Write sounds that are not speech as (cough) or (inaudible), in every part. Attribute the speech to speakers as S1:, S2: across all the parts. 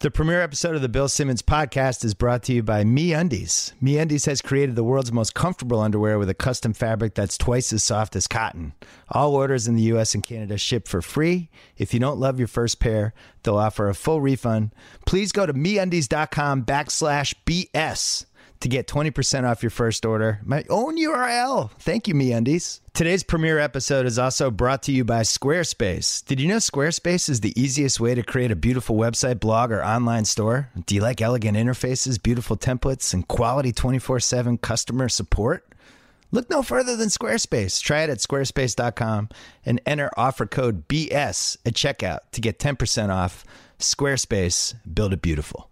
S1: The premiere episode of the Bill Simmons podcast is brought to you by Me Undies. Me Undies has created the world's most comfortable underwear with a custom fabric that's twice as soft as cotton. All orders in the US and Canada ship for free. If you don't love your first pair, they'll offer a full refund. Please go to meundies.com backslash BS to get 20% off your first order. My own URL. Thank you, MeUndies. Today's premiere episode is also brought to you by Squarespace. Did you know Squarespace is the easiest way to create a beautiful website, blog, or online store? Do you like elegant interfaces, beautiful templates, and quality 24 7 customer support? Look no further than Squarespace. Try it at squarespace.com and enter offer code BS at checkout to get 10% off. Squarespace, build it beautiful.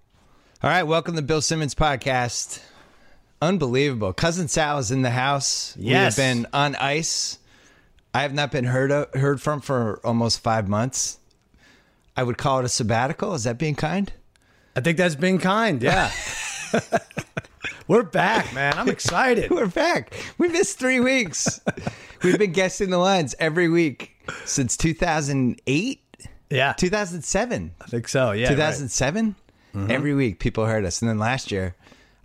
S1: All right, welcome to Bill Simmons Podcast. Unbelievable. Cousin Sal is in the house.
S2: Yes.
S1: We have been on ice. I have not been heard of, heard from for almost five months. I would call it a sabbatical. Is that being kind?
S2: I think that's been
S1: (laughs)
S2: kind. Yeah. We're back, man. I'm excited.
S1: We're back. We missed three weeks. We've been guessing the lines every week since 2008,
S2: Yeah.
S1: 2007.
S2: I think so. Yeah. right. Mm-hmm.
S1: 2007? Every week people heard us. And then last year,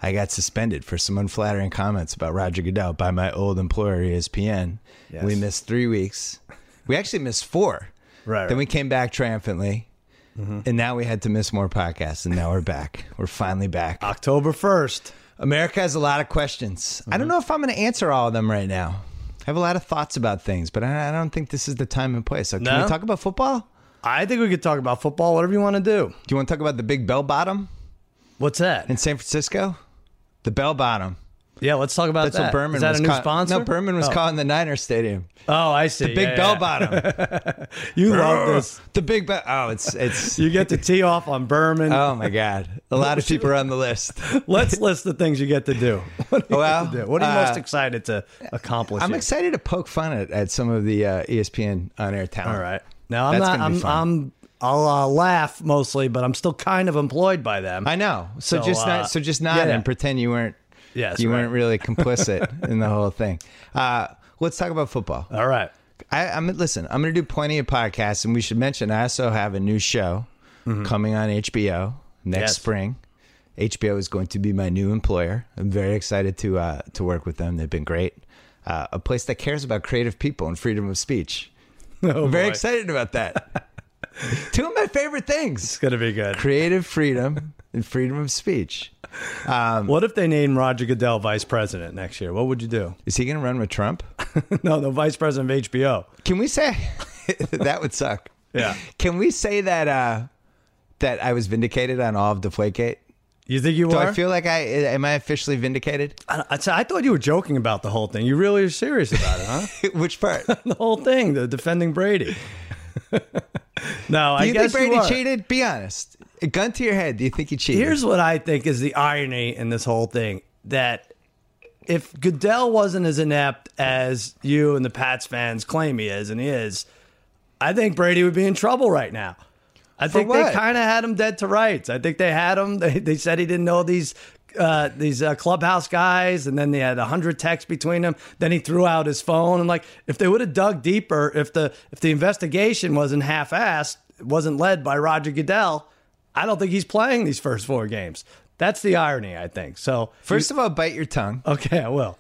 S1: I got suspended for some unflattering comments about Roger Goodell by my old employer, E ESPN.
S2: Yes.
S1: We missed three weeks. We actually missed four.
S2: Right,
S1: Then we
S2: right. Mm-hmm.
S1: came back triumphantly. And now we had to miss more podcasts. And now we're back. We're finally back.
S2: October 1st.
S1: America has a lot of questions. I
S2: Mm-hmm.
S1: don't know if I'm going to answer all of them right now. I have a lot of thoughts about things, but I I don't think this is the time and place. So can
S2: No?
S1: we talk about football?
S2: I think we could talk about football, whatever you want to do.
S1: Do you want to talk about the big bell bottom?
S2: What's that?
S1: in San Francisco, the bell bottom.
S2: Yeah, let's talk about
S1: That's
S2: that.
S1: what Berman
S2: Is that
S1: was
S2: a new
S1: call-
S2: sponsor?
S1: No, Berman was
S2: oh.
S1: calling the Niner Stadium.
S2: Oh, I see. The
S1: Big bell
S2: (laughs)
S1: bottom.
S2: You love this.
S1: The big bell. Oh, it's it's.
S2: (laughs) You get to tee off on Berman.
S1: Oh my God! A lot of people are on the list.
S2: (laughs) let's list the things you get to do. (laughs) What do you
S1: Well,
S2: get to do? What are you most
S1: uh,
S2: excited to accomplish?
S1: I'm
S2: here?
S1: excited to poke fun at, at some of the uh, ESPN on-air talent.
S2: All right. Now I'm
S1: That's
S2: not.
S1: gonna be
S2: I'm.
S1: fun.
S2: I'm. I'll uh, laugh mostly, but I'm still kind of employed by them.
S1: I know. So,
S2: So,
S1: just
S2: uh,
S1: not, so just nod
S2: yeah.
S1: and pretend you weren't.
S2: Yes,
S1: you
S2: right.
S1: weren't
S2: (laughs)
S1: really complicit in the whole thing. Uh, let's talk about football.
S2: All right.
S1: I, I'm listen. I'm going to do plenty of podcasts, and we should mention I also have a new show coming on HBO next
S2: Mm-hmm. Yes.
S1: spring. HBO is going to be my new employer. I'm very excited to uh, to work with them. They've been great. Uh, a place that cares about creative people and freedom of speech.
S2: (laughs) Oh,
S1: I'm very
S2: boy.
S1: excited about that.
S2: (laughs)
S1: Two of my favorite things:
S2: It's gonna be good.
S1: creative freedom and freedom of speech.
S2: What if they named Roger Goodell vice president next year? What would you do? (laughs)
S1: Is he going to run with (laughs) Trump?
S2: no, the vice president of HBO.
S1: Can we say (laughs) that would suck?
S2: Yeah.
S1: Can we say that uh, that I was vindicated on all of Deflategate?
S2: You think you
S1: Do
S2: are?
S1: I feel like I am I officially vindicated?
S2: I, I- so I thought you were joking about the whole thing. You really are serious about it, huh? (laughs)
S1: (laughs) Which part?
S2: the whole thing, the defending Brady. (laughs) no, I
S1: Do you
S2: guess
S1: think Brady
S2: you are.
S1: cheated? Be honest. A gun to your head. Do you think he cheated?
S2: Here's what I think is the irony in this whole thing that if Goodell wasn't as inept as you and the Pats fans claim he is, and he is, I think Brady would be in trouble right now. I think
S1: what?
S2: they kind of had him dead to rights. I think they had him. (laughs) They, they said he didn't know these uh, these uh, clubhouse guys, and then they had a hundred texts between them. Then he threw out his phone, and like if they would have dug deeper, if the if the investigation wasn't half assed, wasn't led by Roger Goodell, I don't think he's playing these first four games. That's the irony, I think. So
S1: First of all, bite your tongue.
S2: okay, I will.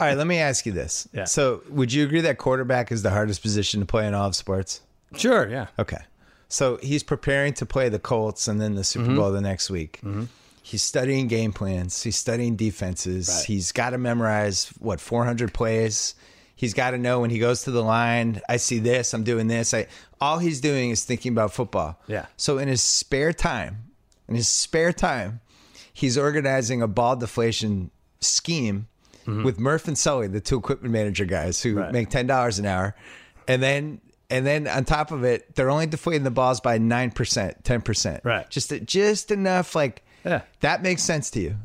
S1: All right, let me ask you this.
S2: Yeah.
S1: So, would you agree that quarterback is the hardest position to play in all of sports?
S2: Sure, yeah.
S1: Okay. So he's preparing to play the Colts and then the Super
S2: Mm-hmm.
S1: Bowl the next week. He's studying game plans. He's studying defenses.
S2: Right.
S1: He's got to memorize what 400 plays. He's got to know when he goes to the line. I see this. I'm doing this. I all he's doing is thinking about football.
S2: Yeah.
S1: So in his spare time, in his spare time, he's organizing a ball deflation scheme with Murph and Sully, the two equipment manager guys who
S2: Mm-hmm. Right.
S1: make ten dollars an hour, and then and then on top of it, they're only deflating the balls by nine percent, ten percent,
S2: Right.
S1: Just just enough. Like
S2: Yeah.
S1: that makes sense to you.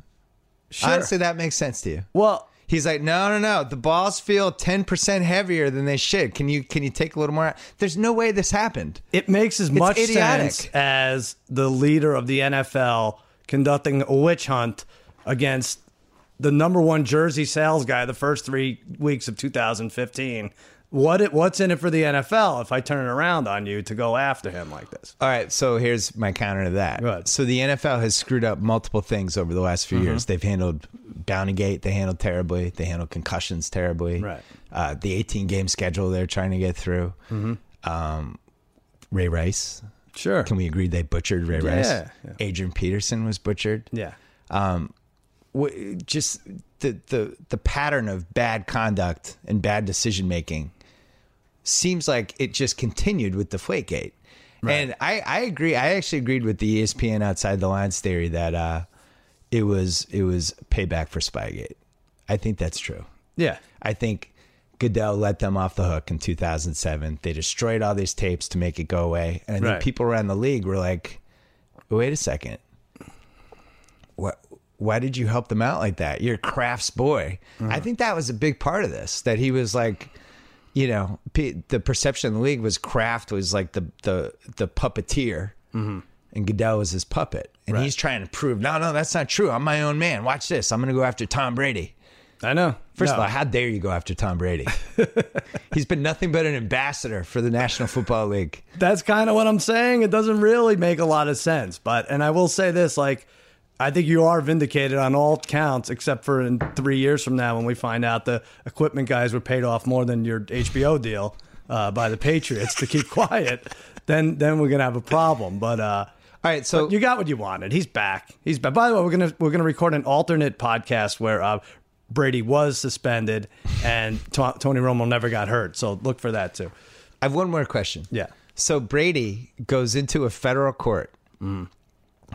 S2: Sure.
S1: Honestly, that makes sense to you.
S2: well,
S1: He's like, no, no, no. The balls feel ten percent heavier than they should. Can you can you take a little more? out?" There's no way this happened.
S2: It makes as much
S1: idiotic.
S2: sense as the leader of the NFL conducting a witch hunt against the number one jersey sales guy the first three weeks of 2015 what it, what's in it for the NFL if I turn it around on you to go after him like this?
S1: All right, so here's my counter to that.
S2: ahead. Mm-hmm.
S1: So the NFL has screwed up multiple things over the last few years. They've handled Downegate, they handled terribly. They handled concussions terribly.
S2: Right.
S1: Uh, the 18 game schedule they're trying to get through. Um,
S2: Mm-hmm.
S1: Ray Rice.
S2: Sure.
S1: Can we agree they butchered Ray Rice?
S2: Yeah, yeah.
S1: Adrian Peterson was butchered.
S2: yeah.
S1: w- just the, the the pattern of bad conduct and bad decision making seems like it just continued with the Flakegate. And I, I agree. I actually agreed with the E ESPN outside the lines theory that uh, it was it was payback for Spygate. I think that's true.
S2: Yeah.
S1: I think Goodell let them off the hook in 2007. They destroyed all these tapes to make it go away. And I think
S2: Right.
S1: people around the league were like, wait a second. What? Why did you help them out like that? You're Kraft's boy. I think that was a big part of this that he was like, you know, P- the perception of the league was Kraft was like the the the puppeteer, and Goodell was his puppet, and he's trying to prove, no, no, that's not true. I'm my own man. Watch this. I'm going to go after Tom Brady.
S2: I know.
S1: First of
S2: No.
S1: all, how dare you go after Tom Brady? (laughs) He's been nothing but an ambassador for the National Football League.
S2: that's kind of what I'm saying. It doesn't really make a lot of sense. But and I will say this, like I think you are vindicated on all counts, except for in three years from now when we find out the equipment guys were paid off more than your HBO deal uh, by the Patriots to keep (laughs) quiet. Then then we're gonna have a problem. But uh,
S1: All right, so
S2: you got what you wanted. He's back. He's back. By the way, we're gonna we're gonna record an alternate podcast where uh, Brady was suspended and To- Tony Romo never got hurt. So look for that too.
S1: I have one more question.
S2: Yeah.
S1: So Brady goes into a federal court Mm.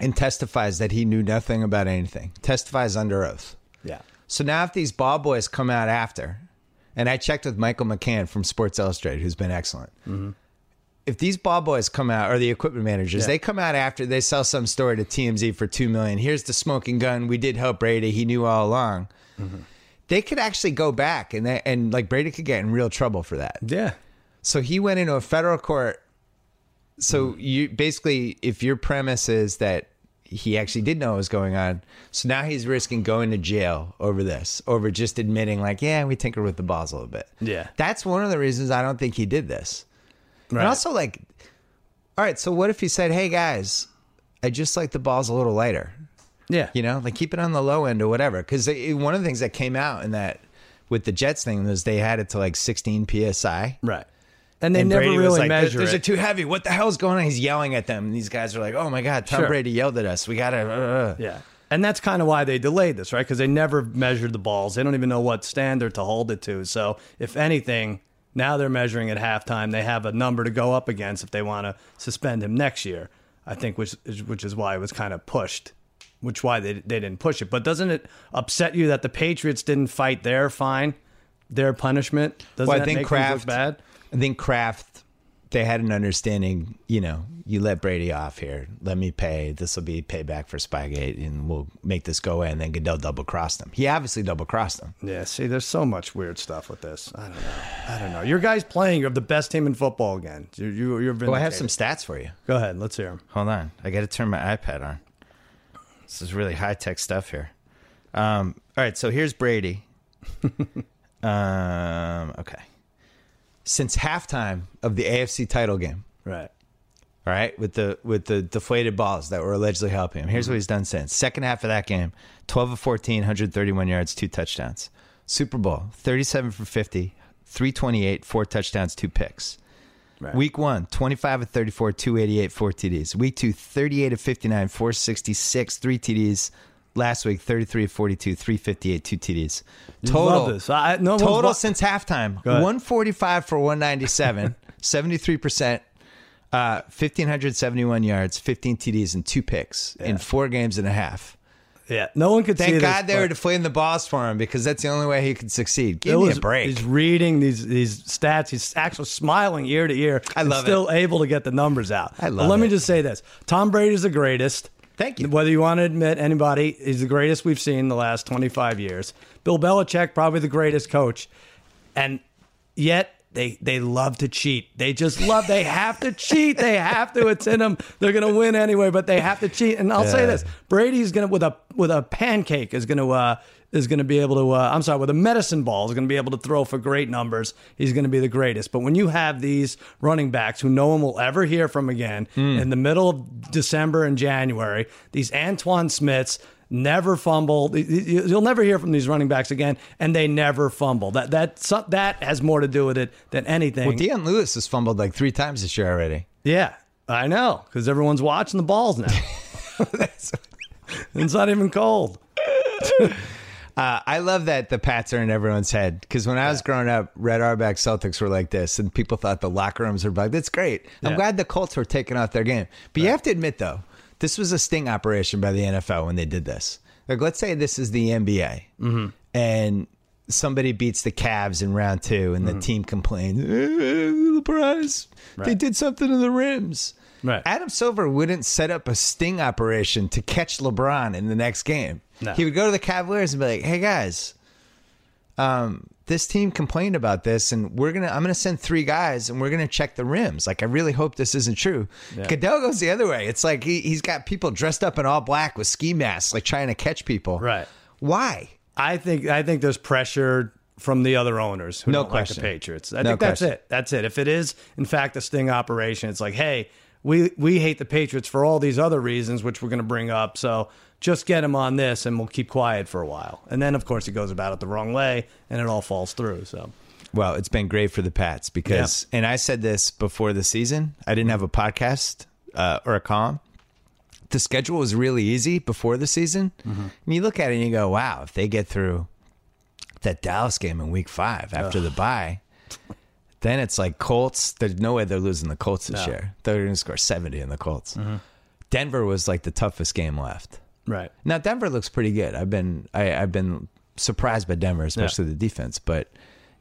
S1: and testifies that he knew nothing about anything. Testifies under oath.
S2: Yeah.
S1: So now if these ball boys come out after, and I checked with Michael McCann from Sports Illustrated, who's been excellent. Mm-hmm. If these ball boys come out, or the equipment managers, they come out after they sell some story to TMZ for two million. Here's the smoking gun. We did help Brady. He knew all along. They could actually go back and they, and like Brady could get in real trouble for that.
S2: Yeah.
S1: So he went into a federal court.
S2: Hmm.
S1: So you basically, if your premise is that he actually did know what was going on, so now he's risking going to jail over this, over just admitting like, yeah, we tinkered with the balls a little bit.
S2: Yeah.
S1: that's one of the reasons I don't think he did this.
S2: Right.
S1: And also, like, all right, so what if he said, hey guys, I just like the balls a little lighter.
S2: yeah.
S1: You know, like keep it on the low end or whatever. Because one of the things that came out in that with the Jets thing was they had it to like 16 psi.
S2: Right. And they never
S1: Brady was
S2: really
S1: like,
S2: measure
S1: These are
S2: it.
S1: too heavy. What the hell's going on? He's yelling at them. And these guys are like, oh my God, Tom
S2: Sure.
S1: Brady yelled at us. We got to. Uh, uh.
S2: yeah. And that's kind of why they delayed this, right? Because they never measured the balls. They don't even know what standard to hold it to. So, if anything, now they're measuring at halftime. They have a number to go up against if they want to suspend him next year. I think, which is, which is why it was kind of pushed, which why they they didn't push it. But doesn't it upset you that the Patriots didn't fight their fine, their punishment? Doesn't
S1: Well, I
S2: that
S1: think
S2: make things
S1: Kraft-
S2: look bad?
S1: I think Kraft, they had an understanding, you know, you let Brady off here. Let me pay. This will be payback for Spygate and we'll make this go away. And then Goodell double crossed him. He obviously double crossed him.
S2: Yeah, see, there's so much weird stuff with this. I don't know. I don't know. Your guys playing. You have the best team in football again. You, you, you're vindicated.
S1: Well, I have some stats for you.
S2: Go ahead. Let's hear them.
S1: Hold on. I got to turn my iPad on. This is really high tech stuff here. Um, all right. So here's Brady. um, okay. Since halftime of the AFC title game,
S2: Right.
S1: all right, with the with the deflated balls that were allegedly helping him. Here's
S2: Mm-hmm.
S1: what he's done since. Second half of that game, 12 of 14, 131 yards, two touchdowns. Super Bowl, 37 for 50, 328, four touchdowns, two picks.
S2: Right.
S1: Week one, 25 of 34, 288, four TDs. Week two, 38 of 59, 466, three TDs. Last week, 33 of 42, 358, two TDs. Total,
S2: Love this. I, no one's
S1: total
S2: wa-
S1: since halftime,
S2: ahead.
S1: 145 for (laughs) 197, 73%. Uh, 1571 yards, 15 TDs, and two picks in four games and a half.
S2: yeah. No one could see
S1: Thank
S2: this,
S1: God they were
S2: but
S1: deflating the balls for him because that's the only way he could succeed. Give
S2: it
S1: me
S2: was-
S1: a break.
S2: He's reading these these stats. He's actually smiling ear to ear.
S1: I
S2: and
S1: love it.
S2: Still able to get the numbers out.
S1: I
S2: But
S1: love
S2: let me
S1: it.
S2: just say this: Tom Brady's the greatest.
S1: Thank you.
S2: Whether you want to admit anybody, he's the greatest we've seen in the last 25 years. Bill Belichick, probably the greatest coach. And yet they they love to cheat. They just love they have to cheat. They have to. It's in them. They're gonna win anyway, but they have to cheat. And I'll say this: Brady's gonna with a with a pancake is gonna uh is going to be able to, uh, I'm sorry, with a medicine ball is going to be able to throw for great numbers. He's going to be the greatest. But when you have these running backs who no one will ever hear from again in the middle of December and January, these Antoine Smiths, never fumble. Y- y- You'll never hear from these running backs again, and they never fumble. That that so- that has more to do with it than anything.
S1: Deion Lewis has fumbled like three times this year already.
S2: yeah, I know, because everyone's watching the balls now. (laughs) it's not even cold.
S1: Uh, I love that the Pats are in everyone's head because when I was growing up, Red Auerbach Celtics were like this, and people thought the locker rooms were like, that's great. I'm
S2: Yeah.
S1: glad the Colts were taking off their game. But you have to admit, though, this was a sting operation by the NFL when they did this. Like, let's say this is the NBA,
S2: Mm-hmm.
S1: and somebody beats the Cavs in round two,
S2: Mm-hmm.
S1: and the team complains, "Eh, LeBron's, they did something to the rims.
S2: Right.
S1: Adam Silver wouldn't set up a sting operation to catch LeBron in the next game.
S2: No.
S1: He would go to the Cavaliers and be like, "Hey guys, um, this team complained about this, and we're gonna I'm gonna send three guys, and we're gonna check the rims. Like, I really hope this isn't true." Goodell goes the other way. It's like he, he's got people dressed up in all black with ski masks, like trying to catch people.
S2: Right.
S1: Why?
S2: I think I think there's pressure from the other owners who
S1: No
S2: don't
S1: question.
S2: like the Patriots. I
S1: No
S2: think that's
S1: question.
S2: it. That's it. If it is in fact a sting operation, it's like, hey, we we hate the Patriots for all these other reasons, which we're going to bring up. So just get them on this, and we'll keep quiet for a while. And then, of course, he goes about it the wrong way, and it all falls through. So
S1: Well, it's been great for the Pats because, and I said this before the season, I didn't have a podcast uh, or a column. The schedule was really easy before the season. And you look at it and you go, wow, if they get through that Dallas game in week five after the bye, then it's like Colts. There's no way they're losing the Colts this
S2: No.
S1: year. They're going to score 70 in the Colts. Denver was like the toughest game left.
S2: right,
S1: Now Denver looks pretty good. I've been I, I've been surprised by Denver, especially the defense. But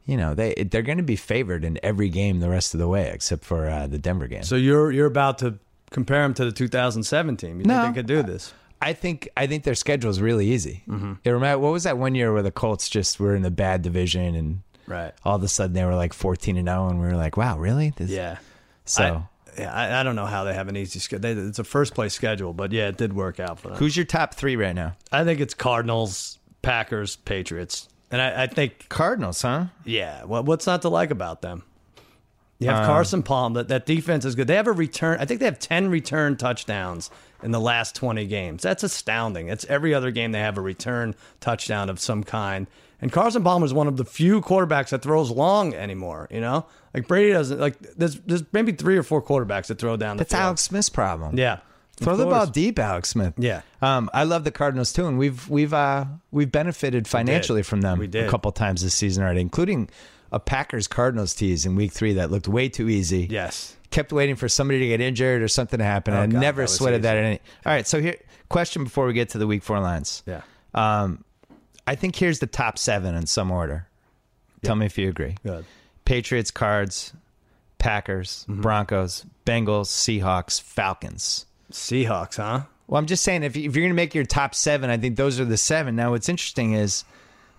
S1: you know they they're going to be favored in every game the rest of the way, except for uh, the Denver game.
S2: so you're you're about to compare him to the 2007 team. You
S1: No.
S2: think they could do this?
S1: I think I think their schedule is really easy.
S2: Mm-hmm.
S1: It remind, what was that one year where the Colts just were in the bad division and
S2: Right.
S1: all of a sudden they were like fourteen and zero, and we were like, wow, really? This,
S2: Yeah.
S1: So
S2: I, yeah, I, I don't know how they have an easy schedule. It's a first place schedule, but yeah, it did work out for them.
S1: who's your top three right now?
S2: I think it's Cardinals, Packers, Patriots, and I, I think
S1: Cardinals, huh?
S2: yeah. What, what's not to like about them? You
S1: Uh,
S2: have Carson Palm. That that defense is good. They have a return. I think they have ten return touchdowns in the last twenty games. That's astounding. It's every other game they have a return touchdown of some kind. And Carson Palmer is one of the few quarterbacks that throws long anymore. You know, like Brady doesn't. Like there's there's maybe three or four quarterbacks that throw down the
S1: That's
S2: field.
S1: Alex Smith's problem.
S2: Yeah,
S1: Throw
S2: Of
S1: the ball
S2: course.
S1: deep, Alex Smith.
S2: Yeah.
S1: Um, I love the Cardinals too, and we've we've uh, we've benefited financially from them
S2: We did.
S1: a couple times this season already, including a Packers Cardinals tease in week three that looked way too easy.
S2: Yes.
S1: Kept waiting for somebody to get injured or something to happen. I
S2: Oh, God,
S1: never
S2: that was
S1: sweated
S2: easy.
S1: that in any all right, so here question before we get to the week four lines.
S2: Yeah.
S1: I think here's the top seven in some order. Tell me if you agree.
S2: Good.
S1: Patriots, Cards, Packers,
S2: Mm-hmm.
S1: Broncos, Bengals, Seahawks, Falcons.
S2: Seahawks, huh?
S1: Well, I'm just saying, if, you- if you're going to make your top seven, I think those are the seven. Now, what's interesting is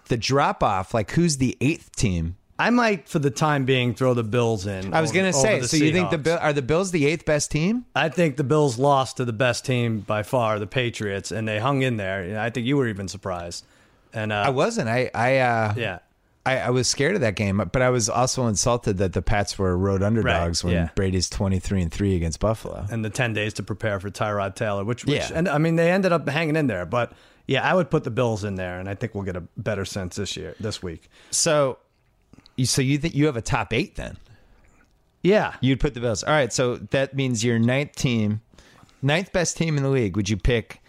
S1: the drop off. Like, who's the eighth team?
S2: I might, for the time being, throw the Bills in.
S1: I was going to say. So you think the
S2: Bills?
S1: Bill, are the Bills the eighth best team?
S2: I think the Bills lost to the best team by far, the Patriots, and they hung in there. And I think you were even surprised. And uh,
S1: I wasn't. I I uh,
S2: yeah,
S1: I, I was scared of that game, but I was also insulted that the Pats were road underdogs when
S2: yeah.
S1: Brady's 23 and three against Buffalo.
S2: and the ten days to prepare for Tyrod Taylor, which, which
S1: Yeah.
S2: and I mean they ended up hanging in there. But yeah, I would put the Bills in there, and I think we'll get a better sense this year, this week.
S1: So, you so you think you have a top eight then?
S2: Yeah,
S1: You'd put the Bills. All right, so that means your ninth team, ninth best team in the league. Would you pick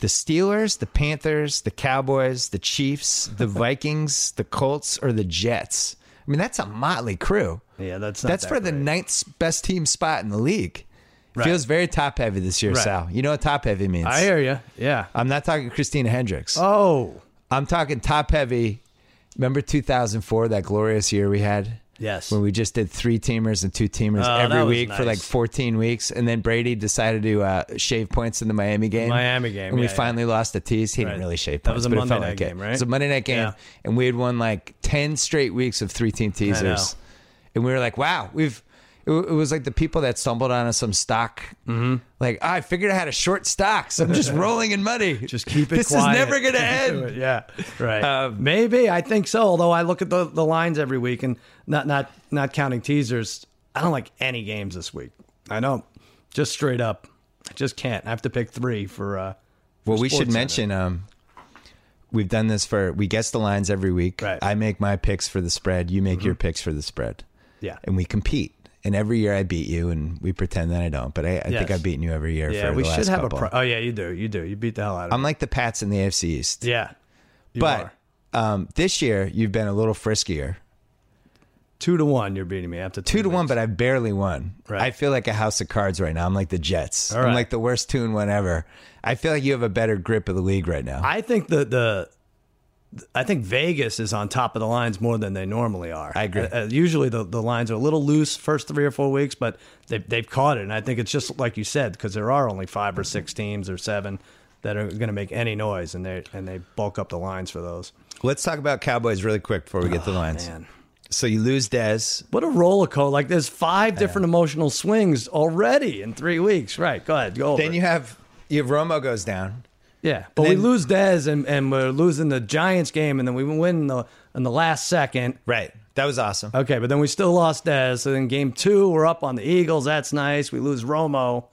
S1: the Steelers, the Panthers, the Cowboys, the Chiefs,
S2: (laughs)
S1: the Vikings, the Colts, or the Jets? I mean, that's a motley crew.
S2: yeah, that's not
S1: That's
S2: that
S1: for the
S2: great.
S1: ninth best team spot in the league.
S2: Right.
S1: Feels very top heavy this year,
S2: Right.
S1: Sal. You know what top heavy means?
S2: I hear you. Yeah.
S1: I'm not talking Christina Hendricks.
S2: Oh
S1: I'm talking top heavy. Remember 2004, that glorious year we had?
S2: yes.
S1: when we just did three teamers and two teamers
S2: Oh,
S1: every
S2: that was
S1: week for like
S2: nice.
S1: 14 weeks. And then Brady decided to uh, shave points in the Miami game.
S2: Miami game,
S1: And we
S2: yeah, yeah.
S1: finally lost the tease. He didn't
S2: Right.
S1: really shave
S2: That
S1: points.
S2: was a
S1: but it
S2: Monday
S1: felt
S2: night
S1: like
S2: game,
S1: it.
S2: right?
S1: It was a Monday night game.
S2: Yeah.
S1: And we had won like 10 straight weeks of three team teasers. And we were like, wow, we've. it, w- it was like the people that stumbled onto some stock.
S2: Mm-hmm.
S1: Like "Ah, I figured out how to short stocks. I'm
S2: (laughs)
S1: just rolling in money.
S2: Just keep it
S1: This
S2: quiet.
S1: is never going
S2: (laughs)
S1: to
S2: Do
S1: end.
S2: it, Yeah, right.
S1: Um,
S2: Uh, Maybe I think so. Although I look at the, the lines every week, and not not not counting teasers, I don't like any games this week. I don't. Just straight up, I just can't. I have to pick three for. uh
S1: Well, we should
S2: SportsCenter.
S1: mention um, we've done this for we guess the lines every week.
S2: Right. Mm-hmm.
S1: I make my picks for the spread. You make your picks for the spread,
S2: Yeah,
S1: and we compete. And every year I beat you, and we pretend that I don't. But I, I think
S2: Yes.
S1: I've beaten you every year.
S2: yeah.
S1: for
S2: We
S1: the
S2: should
S1: last
S2: have
S1: couple.
S2: a. Pro- oh yeah, you do. You do. You beat the hell out of.
S1: I'm like the Pats in the AFC East.
S2: me. Yeah, You
S1: but
S2: are.
S1: um, this year you've been a little friskier.
S2: two to one, you're beating me after
S1: Two to one, but I barely won.
S2: Right.
S1: I feel like a house of cards right now. I'm like the Jets.
S2: right.
S1: I'm like the worst two and one ever. I feel like you have a better grip of the league right now.
S2: I think the the I think Vegas is on top of the lines more than they normally are. I
S1: agree.
S2: Uh, usually the, the lines are a little loose first three or four weeks, but they they've caught it, and I think it's just like you said because there are only five or six teams or seven that are going to make any noise, and they and they bulk up the lines for those.
S1: Let's talk about Cowboys really quick before we get to the lines.
S2: Man,
S1: So you lose Dez.
S2: what a roller coaster! Like there's five different emotional swings already in three weeks. Right? Go ahead, go. Over.
S1: Then you have you have Romo goes down.
S2: Yeah, but we
S1: then-
S2: lose Dez, and, and we're losing the Giants game, and then we win the in the last second.
S1: Right. That was awesome.
S2: Okay, but then we still lost Dez. So then game two, we're up on the Eagles. That's nice. We lose Romo,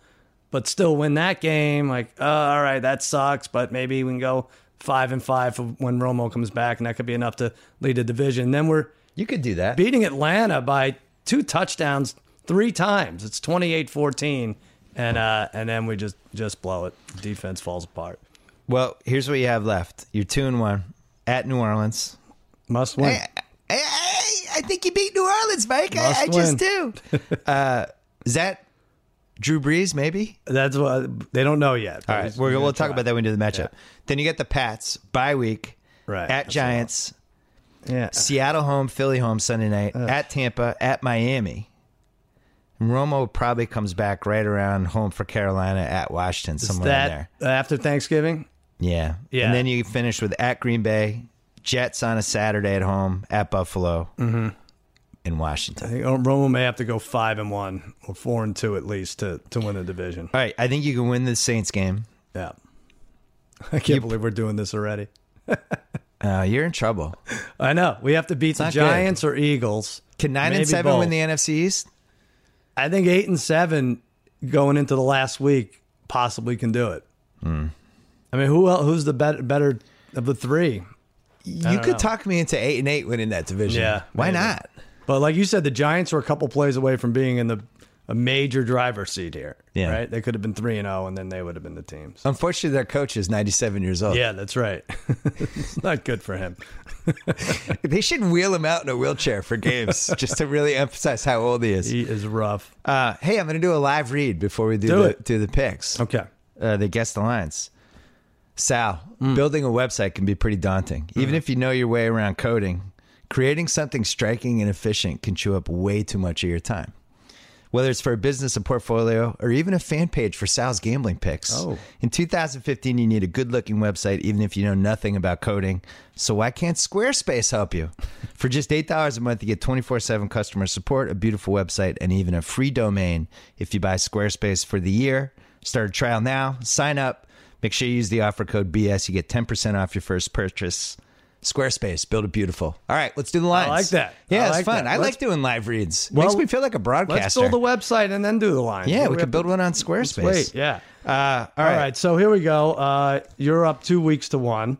S2: but still win that game. Like, uh, all right, that sucks, but maybe we can go five and five for when Romo comes back, and that could be enough to lead a division. Then we're
S1: You could do that.
S2: beating Atlanta by two touchdowns three times. It's 28-14, and uh, and then we just just blow it. Defense falls apart.
S1: Well, here's what you have left. You're two and one at New Orleans.
S2: Must win.
S1: I, I, I think you beat New Orleans, Mike. I,
S2: Must
S1: I just do. (laughs) uh, is that Drew Brees? Maybe.
S2: That's what they don't know yet.
S1: All right, we're, we'll talk about that when we do the matchup. Then you get the Pats bye week
S2: Right,
S1: at
S2: that's
S1: Giants,
S2: Yeah.
S1: (laughs) Seattle home, Philly home Sunday night at Tampa, at Miami. And Romo probably comes back right around home for Carolina at Washington somewhere in
S2: That
S1: there.
S2: uh, after Thanksgiving.
S1: Yeah,
S2: Yeah.
S1: And then you finish with at Green Bay, Jets on a Saturday at home at Buffalo,
S2: Mm-hmm.
S1: in Washington.
S2: I think Romo uh, may have to go five and one or four and two at least to, to win the division.
S1: All right, I think you can win the Saints game.
S2: Yeah. (laughs) I can't believe we're doing this already.
S1: Uh, you're in trouble.
S2: I know. We have to beat the
S1: not good.
S2: Giants or Eagles.
S1: Can nine
S2: Maybe
S1: and seven
S2: both.
S1: win the NFC East?
S2: I think eight and seven going into the last week possibly can do it.
S1: Hmm.
S2: I mean, who el who's the bet- better of the three?
S1: You could talk me into eight and eight winning that division.
S2: Yeah,
S1: why
S2: maybe.
S1: not?
S2: But like you said, the Giants were a couple plays away from being in the a major driver seat here.
S1: Yeah.
S2: Right? They could have been three and zero, and then they would have been the teams.
S1: Unfortunately, their coach is 97 years old.
S2: Yeah, that's right. (laughs) it's not good for him.
S1: They should wheel him out in a wheelchair for
S2: (laughs)
S1: games just to really emphasize how old he is.
S2: He is rough.
S1: Uh, hey, I'm going to do a live read before we do,
S2: Do
S1: the,
S2: it.
S1: do the picks.
S2: Okay.
S1: Uh, they guess the lines. Sal,
S2: Mm.
S1: building a website can be pretty daunting. Even if you know your way around coding, creating something striking and efficient can chew up way too much of your time. Whether it's for a business, a portfolio, or even a fan page for Sal's gambling picks.
S2: Oh.
S1: In 2015, you need a good looking website, even if you know nothing about coding. So, why can't Squarespace help
S2: (laughs)
S1: you? For just $8 a month, you get 24 7 customer support, a beautiful website, and even a free domain if you buy Squarespace for the year. Start a trial now, sign up, make sure you use the offer code BS. You get 10% off your first purchase. Squarespace, build it beautiful. All right, let's do the lines.
S2: like that.
S1: Yeah,
S2: I
S1: it's
S2: like
S1: fun.
S2: that.
S1: I
S2: Let's-
S1: like doing live reads.
S2: Well,
S1: Makes me feel like a broadcaster.
S2: Let's build a website and then do the line.
S1: Yeah, we
S2: have
S1: could build
S2: to-
S1: one on
S2: let's
S1: Squarespace.
S2: Wait, yeah.
S1: Uh,
S2: all right. so here we go. Uh, you're up two weeks to one.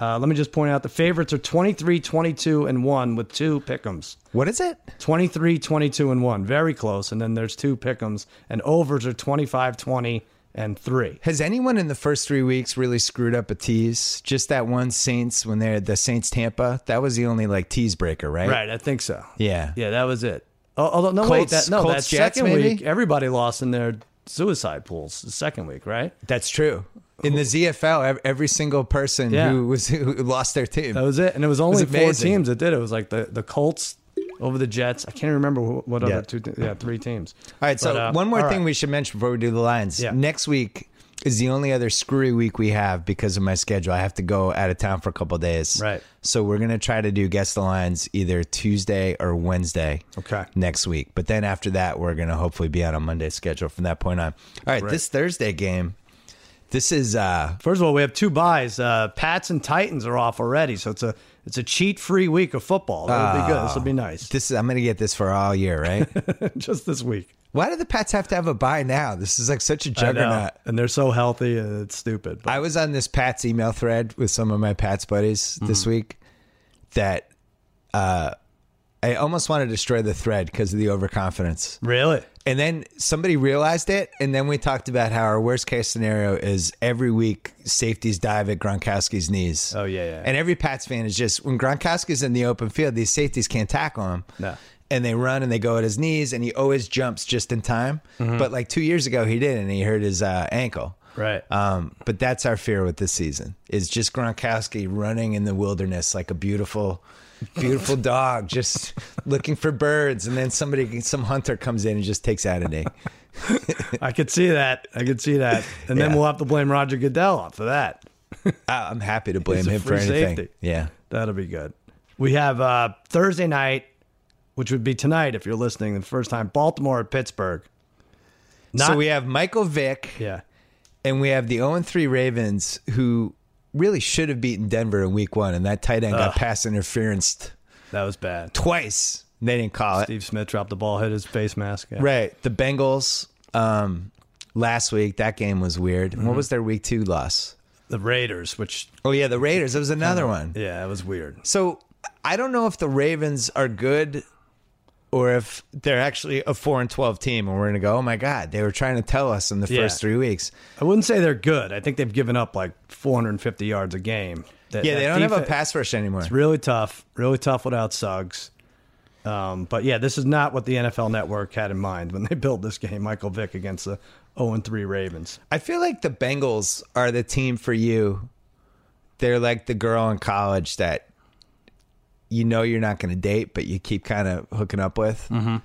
S2: Uh, let me just point out the favorites are 23, 22, and 1 with two pick'ems.
S1: What is it?
S2: 23, 22, and 1. Very close. And then there's two pick'ems. And overs are 25, 20, and 3.
S1: Has anyone in the first three weeks really screwed up a tease? Just that one Saints when they're the Saints Tampa. That was the only like tease breaker, right?
S2: Right, I think so.
S1: Yeah.
S2: Yeah, that was it. Al- Although no, wait,
S1: Colts-
S2: that no,
S1: Colts,
S2: that
S1: Jets,
S2: second
S1: maybe?
S2: week everybody lost in their suicide pools. The second week, right?
S1: That's true. In the ZFL, ev- every single person
S2: Yeah.
S1: who was (laughs) who lost their team.
S2: That was it, and it was only four
S1: amazing.
S2: teams that did it. It was like the the Colts over the Jets. I can't remember wh- what
S1: Yeah.
S2: other two, te- yeah, three teams.
S1: all right, so
S2: But, uh,
S1: one more
S2: all
S1: thing
S2: right.
S1: we should mention before we do the lines.
S2: Yeah.
S1: Next week is the only other screwy week we have because of my schedule. I have to go out of town for a couple days.
S2: Right.
S1: So we're gonna try to do guess the lines either Tuesday or Wednesday.
S2: Okay.
S1: Next week, but then after that, we're gonna hopefully be on a Monday schedule from that point on. All right. This Thursday game. This is uh
S2: First of all, we have two buys. Uh, Pats and Titans are off already, so it's a it's a cheat free week of football. That'll be good. This will
S1: Ah.
S2: be nice. (laughs)
S1: this is I'm gonna get this for all year, right?
S2: Just this week.
S1: Why do the Pats have to have a bye now? This is like such a
S2: I know.
S1: juggernaut.
S2: And they're so healthy and it's stupid. But
S1: I was on this Pat's email thread with some of my Pat's buddies this
S2: Mm-hmm.
S1: week that uh, I almost want to destroy the thread because of the overconfidence.
S2: really?
S1: And then somebody realized it. And then we talked about how our worst case scenario is every week safeties dive at Gronkowski's knees.
S2: Oh, yeah, yeah.
S1: And every Pats fan is just when Gronkowski's in the open field, these safeties can't tackle him.
S2: No.
S1: And they run and they go at his knees, and he always jumps just in time.
S2: Mm-hmm.
S1: But like two years ago, he did, and he hurt his uh, ankle.
S2: Right.
S1: Um, but that's our fear with this season is just Gronkowski running in the wilderness like a beautiful, beautiful
S2: (laughs)
S1: dog, just looking for birds, and then somebody, some hunter comes in and just takes out an egg.
S2: I could see that. I could see that. And then
S1: Yeah.
S2: we'll have to blame Roger Goodell for that.
S1: I- I'm happy to blame
S2: He's a
S1: him for
S2: free
S1: anything.
S2: safety.
S1: Yeah,
S2: That'll be good. We have uh, Thursday night, which would be tonight if you're listening the first time. Baltimore at Pittsburgh. Not,
S1: so we have Michael Vick
S2: yeah.
S1: and we have the 0 3 Ravens who really should have beaten Denver in Week One, and that tight end got pass interference
S2: That was bad.
S1: twice. They didn't call it.
S2: Steve Smith dropped the ball, hit his face mask. Yeah.
S1: Right. The Bengals um, last week, that game was weird. What
S2: Mm-hmm.
S1: was their week two loss?
S2: The Raiders, which
S1: Oh, yeah, the Raiders. That was another one.
S2: yeah, it was weird.
S1: So I don't know if the Ravens are good or if they're actually a 4 and 12 team and we're going to go, oh my God, they were trying to tell us in the
S2: Yeah.
S1: first three weeks.
S2: I wouldn't say they're good. I think they've given up like 450 yards a game. That-
S1: Yeah, they
S2: that
S1: don't have a
S2: defense-
S1: pass rush anymore.
S2: Really tough. Really tough without Suggs. Um, but yeah, this is not what the NFL Network had in mind when they (laughs) built this game. Michael Vick against the 0 3 Ravens.
S1: I feel like the Bengals are the team for you. They're like the girl in college that you know you're not going to date, but you keep kind of hooking up with,
S2: Mm-hmm.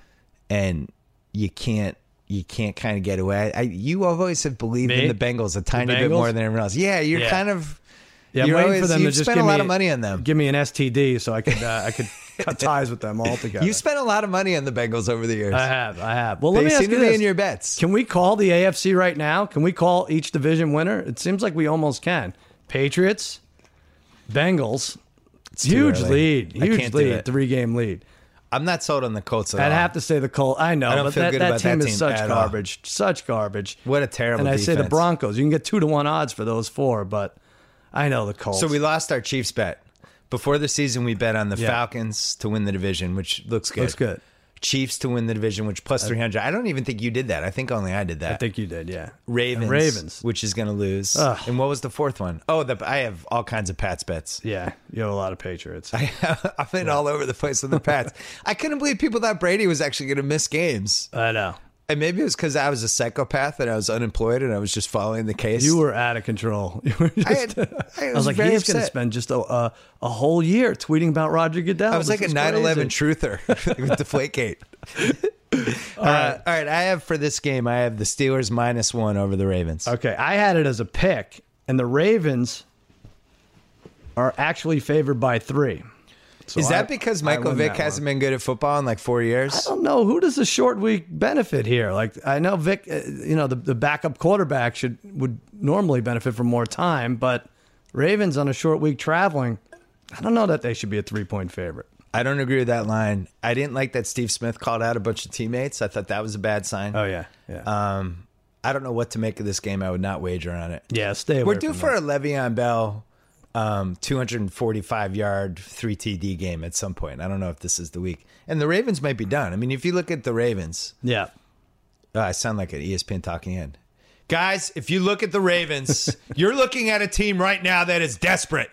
S1: and you can't you can't kind of get away. I, you always have believed
S2: Me?
S1: in the Bengals a tiny
S2: Bengals?
S1: bit more than everyone else. Yeah, you're
S2: Yeah.
S1: kind of
S2: Yeah,
S1: You're
S2: I'm waiting
S1: always-
S2: for them to
S1: you've
S2: just
S1: spent
S2: give
S1: a lot
S2: me-
S1: of money on them.
S2: Give me an STD so I could uh, I could (laughs) cut ties with them altogether.
S1: you spent a lot of money on the Bengals over the years.
S2: I have, I have. Well, Uh, let
S1: they
S2: me ask
S1: seem
S2: you
S1: to be
S2: this:
S1: in your bets.
S2: Can we call the AFC right now? Can we call each division winner? It seems like we almost can. Patriots, Bengals, huge
S1: early.
S2: lead,
S1: I
S2: huge
S1: can't do
S2: lead,
S1: that.
S2: three game lead.
S1: I'm not sold on the Colts at
S2: I'd
S1: all.
S2: have to say the Colts. I know,
S1: don't
S2: but
S1: feel
S2: that,
S1: good
S2: that,
S1: about
S2: team
S1: that
S2: is
S1: team
S2: such
S1: at all.
S2: garbage, such garbage.
S1: What a terrible
S2: And I say the
S1: defense.
S2: Broncos. You can get two to one odds for those four, but I know the Colts.
S1: So we lost our Chiefs bet. Before the season, we bet on the
S2: Yeah.
S1: Falcons to win the division, which looks good.
S2: looks good.
S1: Chiefs to win the division, which plus 300. I don't even think you did that. I think only I did that.
S2: I think you did, yeah.
S1: Ravens,
S2: And Ravens.
S1: which is going to lose.
S2: Ugh.
S1: And what was the fourth one? Oh, the, I have all kinds of Pats bets.
S2: Yeah, you have a lot of Patriots.
S1: (laughs) I've been all over the place
S2: (laughs)
S1: with the Pats. I couldn't believe people thought Brady was actually going to miss games. (laughs)
S2: I know.
S1: And maybe it was because I was a psychopath and I was unemployed and I was just following the case.
S2: You were out of control. (laughs) You were just,
S1: I, had, I,
S2: I was like, he's going to
S1: spend.
S2: spend just a, a a whole year tweeting about Roger Goodell.
S1: I was like a 9 11 truther (laughs) with Deflategate.
S2: (laughs)
S1: all, right. all right. I have for this game, I have the Steelers minus one over the Ravens.
S2: Okay, I had it as a pick, and the Ravens are actually favored by three. So
S1: Is
S2: I-
S1: that because
S2: I
S1: Michael
S2: win
S1: Vick
S2: that
S1: hasn't
S2: one.
S1: been good at football in like four years?
S2: I don't know who does the short week benefit here. Like I know Vic, uh, you know the, the backup quarterback should would normally benefit from more time, but Ravens on a short week traveling, I don't know that they should be a three point favorite.
S1: I don't agree with that line. I didn't like that Steve Smith called out a bunch of teammates. I thought that was a bad sign.
S2: Oh yeah, yeah,
S1: I don't know what to make of this game. I would not wager on it.
S2: yeah. Stay away.
S1: We're due
S2: from
S1: for a Le'Veon Bell um, 245 yard, three TD game at some point. I don't know if this is the week. And the Ravens might be done. I mean, if you look at the Ravens,
S2: that. yeah.
S1: Oh, I sound like an ESPN talking head. Guys, if you look at the Ravens, you're looking at a team right now that is desperate.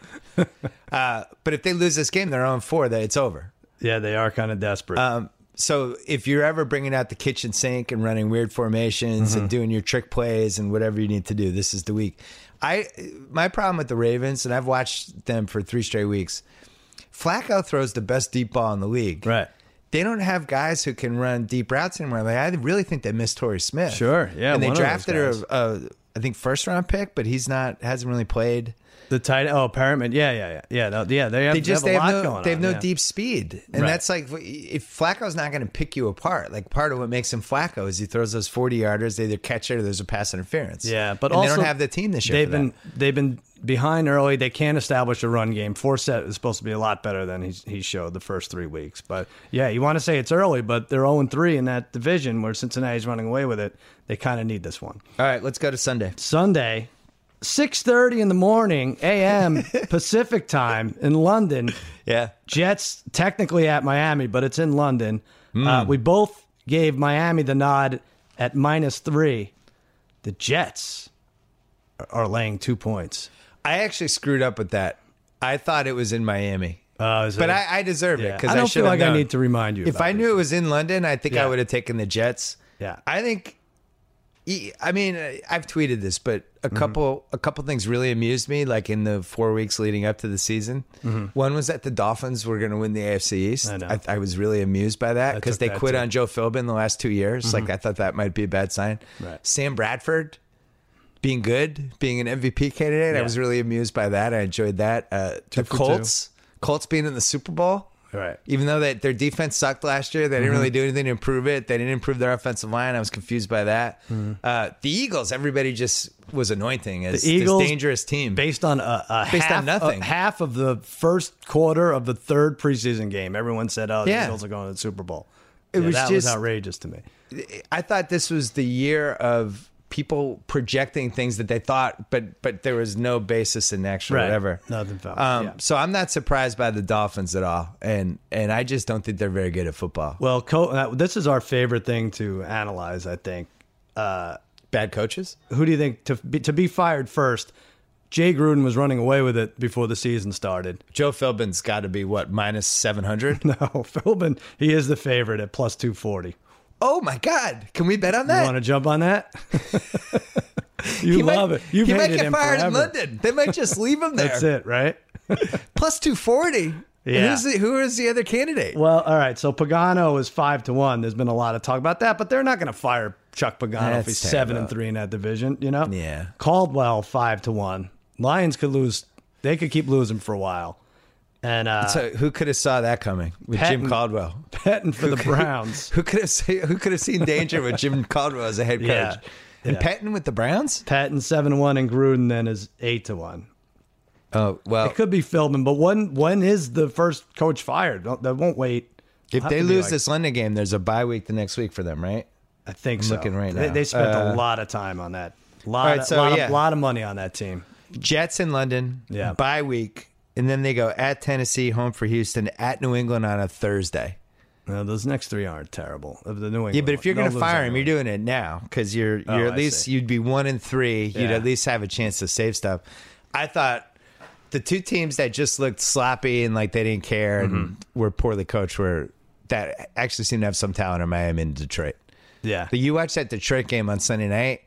S1: Uh, but if they lose this game, they're on four. That it's over.
S2: Yeah, they are kind of desperate.
S1: So if you're ever bringing out the kitchen sink and running weird formations and doing your trick plays and whatever you need to do, this is the week. I my problem with the Ravens, and I've watched them for three straight weeks. Flacco throws the best deep ball in the league.
S2: right.
S1: They don't have guys who can run deep routes anymore. Like I really think they missed Torrey Smith.
S2: Sure, yeah,
S1: and they
S2: one of those
S1: drafted a, a, I think first round pick, but he's not hasn't really played.
S2: The tight oh Perriman, yeah, yeah, yeah, yeah, no, yeah. They have,
S1: They just they
S2: have a
S1: have,
S2: lot
S1: no
S2: going
S1: they have
S2: on,
S1: no
S2: yeah.
S1: deep speed, and
S2: Right.
S1: that's like if Flacco's not going to pick you apart. Like part of what makes him Flacco is he throws those forty yarders. They either catch it or there's a pass interference.
S2: Yeah, but
S1: And
S2: also
S1: they don't have the team this year.
S2: They've
S1: for that.
S2: been they've been behind early. They can't establish a run game. Forsett is supposed to be a lot better than he he showed the first three weeks. But yeah, you want to say it's early, but they're zero three in that division where Cincinnati's running away with it. They kind of need this one.
S1: All right, let's go to Sunday.
S2: Sunday, six thirty in the morning
S1: (laughs)
S2: a.m. Pacific time in London.
S1: Yeah,
S2: Jets technically at Miami, but it's in London. Uh,
S1: Hmm.
S2: we both gave Miami the nod at minus three. The Jets are- are laying two points.
S1: I actually screwed up with that. I thought it was in Miami,
S2: Uh, is
S1: but
S2: it-
S1: I, I deserve
S2: yeah.
S1: it because
S2: I don't
S1: should
S2: feel like
S1: known.
S2: I need to remind you.
S1: If
S2: about
S1: I
S2: this.
S1: knew it was in London, I think
S2: Yeah.
S1: I would have taken the Jets.
S2: Yeah.
S1: I think. e- I mean, I- I've tweeted this, but a
S2: Mm-hmm.
S1: couple a couple things really amused me. Like in the four weeks leading up to the season, one was that the Dolphins were going to win the AFC East.
S2: Mm-hmm. I know.
S1: I, I was really amused by that because
S2: took
S1: they
S2: that
S1: quit
S2: too.
S1: on Joe Philbin the last two years. Like I thought that might be a bad sign.
S2: Mm-hmm. Right.
S1: Sam Bradford being good, being an MVP candidate, I
S2: Yeah.
S1: was really amused by that. I enjoyed that. Uh, the
S2: for two.
S1: Colts, Colts being in the Super Bowl.
S2: Right.
S1: Even though that their defense sucked last year, they didn't
S2: Mm-hmm.
S1: really do anything to improve it. They didn't improve their offensive line. I was confused by that. Uh, the Eagles, everybody just was anointing as
S2: Mm-hmm. The Eagles-
S1: this dangerous team.
S2: based on a, a
S1: Based on
S2: half,
S1: nothing.
S2: a half of the first quarter of the third preseason game, everyone said, "Oh, the
S1: Yeah.
S2: Eagles are going to the Super Bowl."
S1: It
S2: Yeah,
S1: was
S2: that
S1: just-
S2: was outrageous to me.
S1: I thought this was the year of people projecting things that they thought, but but there was no basis in actual
S2: Right.
S1: whatever.
S2: Nothing found,
S1: Um,
S2: yeah.
S1: So I'm not surprised by the Dolphins at all, and and I just don't think they're very good at football.
S2: Well, co- uh, this is our favorite thing to analyze. I think.
S1: Bad coaches.
S2: who do you think to be, to be fired first? Jay Gruden was running away with it before the season started. (laughs)
S1: Joe Philbin's got to be what minus seven hundred.
S2: No, Philbin, he is the favorite at plus 240.
S1: oh my God! Can we bet on
S2: You
S1: that?
S2: want to jump on that? (laughs) you
S1: He might-
S2: love it. You've
S1: he might
S2: hated
S1: get
S2: him
S1: fired in
S2: forever.
S1: London. They might just leave
S2: (laughs)
S1: him there.
S2: That's it, right?
S1: Plus two forty.
S2: Yeah.
S1: Who's the, who is the other candidate?
S2: Well, all right. So Pagano is five to one. There's been a lot of talk about that, but they're not going to fire Chuck Pagano if
S1: That's
S2: he's seven
S1: terrible.
S2: and three in that division. You know?
S1: Yeah.
S2: Caldwell five to one. Lions could lose. They could keep losing for a while. And uh,
S1: so who could have saw that coming with Jim
S2: Patton-
S1: Caldwell?
S2: petting for the Browns.
S1: Who could have se- who could have seen danger with Jim Caldwell as a head coach?
S2: Yeah.
S1: And
S2: Yeah.
S1: Patton with the Browns?
S2: Patton seven to one and Gruden then is eight to one.
S1: Oh well,
S2: It could be Philbin, but when when is the first coach fired? Don't- They won't wait.
S1: if
S2: Have
S1: they
S2: to be
S1: lose
S2: like-
S1: this London game, there's a bye week the next week for them, right?
S2: I think so.
S1: looking right
S2: they,
S1: now.
S2: they spent
S1: Uh,
S2: a lot of time on that. Lot,
S1: right,
S2: of-
S1: so,
S2: lot,
S1: yeah.
S2: of, lot of money on that team.
S1: Jets in London,
S2: Yeah.
S1: bye week, and then they go at Tennessee, home for Houston, at New England on a Thursday.
S2: No, those next three aren't terrible. Of the New England,
S1: Yeah, but if you're
S2: one.
S1: going to
S2: They'll lose
S1: fire
S2: that
S1: him,
S2: one.
S1: you're doing it now because you're you're
S2: Oh,
S1: at
S2: I
S1: least
S2: see.
S1: you'd be one in three. You'd
S2: Yeah.
S1: at least have a chance to save stuff. I thought the two teams that just looked sloppy and like they didn't care and
S2: Mm-hmm.
S1: were poorly coached were that actually seemed to have some talent are Miami and Detroit.
S2: yeah,
S1: But you watch that Detroit game on Sunday night.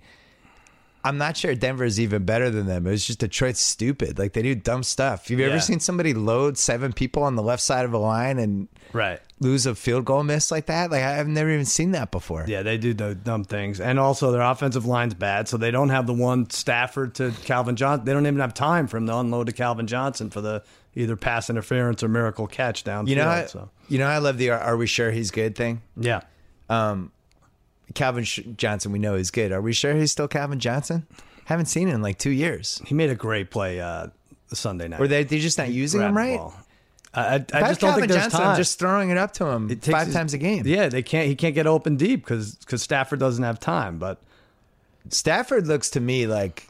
S1: I'm not sure Denver's even better than them. It was just Detroit's stupid. Like they do dumb stuff. You've ever
S2: Yeah.
S1: seen somebody load seven people on the left side of a line and
S2: right.
S1: lose a field goal miss like that? Like I've never even seen that before.
S2: Yeah, they do the dumb things, and also their offensive line's bad, so they don't have the one Stafford to Calvin Johnson. They don't even have time for him to unload to Calvin Johnson for the either pass interference or miracle catch down.
S1: You know, I,
S2: so
S1: you know, I love the "Are, are we sure he's good?" thing.
S2: yeah.
S1: Calvin Sh- Johnson, we know he's good. Are we sure he's still Calvin Johnson? Haven't seen him in like two years.
S2: He made a great play uh, Sunday night.
S1: Or they they just not using
S2: Grab
S1: him
S2: the
S1: right.
S2: ball. I, I, I
S1: If
S2: just don't
S1: I'm Calvin
S2: think there's
S1: Johnson,
S2: time.
S1: I'm just throwing it up to him
S2: It takes
S1: five
S2: his-
S1: times a game.
S2: Yeah, they can't. He can't get open deep because Stafford doesn't have time. But
S1: Stafford looks to me like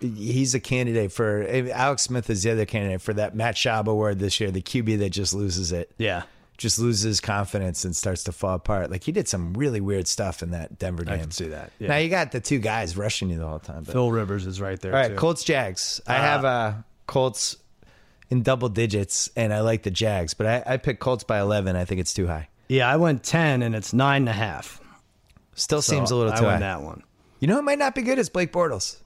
S1: he's a candidate for Alex Smith is the other candidate for that Matt Schaub award this year, the QB that just loses it,
S2: yeah,
S1: just loses confidence and starts to fall apart. Like he did some really weird stuff in that Denver game.
S2: I can see that. Yeah.
S1: Now you got the two guys rushing you the whole time. But.
S2: Phil Rivers is right there.
S1: All right,
S2: too.
S1: Colts Jags. I have uh, Colts in double digits, and I like the Jags, but I, I picked Colts by eleven. I think it's too high.
S2: Yeah, I went ten, and it's nine and a half.
S1: Still
S2: So
S1: seems a little
S2: I
S1: too
S2: won
S1: high.
S2: that one.
S1: You know, it might not be good as Blake Bortles.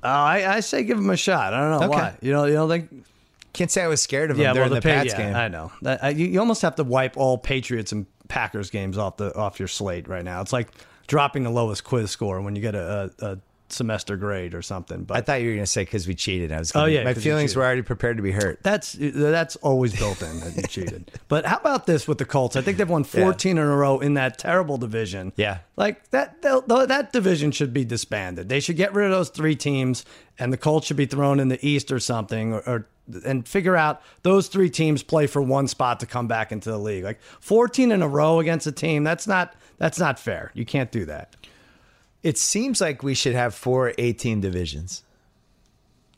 S2: Uh, I, I say give him a shot. I don't know
S1: Okay.
S2: why. You know, you don't think?
S1: Can't say I was scared of him
S2: Yeah, well,
S1: during
S2: the,
S1: the
S2: Pa-
S1: Pats
S2: yeah,
S1: game.
S2: I know. That, I, you, you almost have to wipe all Patriots and Packers games off the off your slate right now. It's like dropping the lowest quiz score when you get a, a, a semester grade or something. But
S1: I thought you were going to say because we cheated. I was. Gonna,
S2: Oh, yeah,
S1: my
S2: 'cause you
S1: feelings
S2: cheated.
S1: were already prepared to be hurt.
S2: That's that's always built in that
S1: (laughs)
S2: you cheated. But how about this with the Colts? I think they've won 14 in a row in that terrible division.
S1: Yeah.
S2: like that they'll- though that division should be disbanded. They should get rid of those three teams, and the Colts should be thrown in the East or something, or, or and figure out those three teams play for one spot to come back into the league. Like 14 in a row against a team that's not that's not fair. You can't do that.
S1: It seems like we should have four eighteen divisions.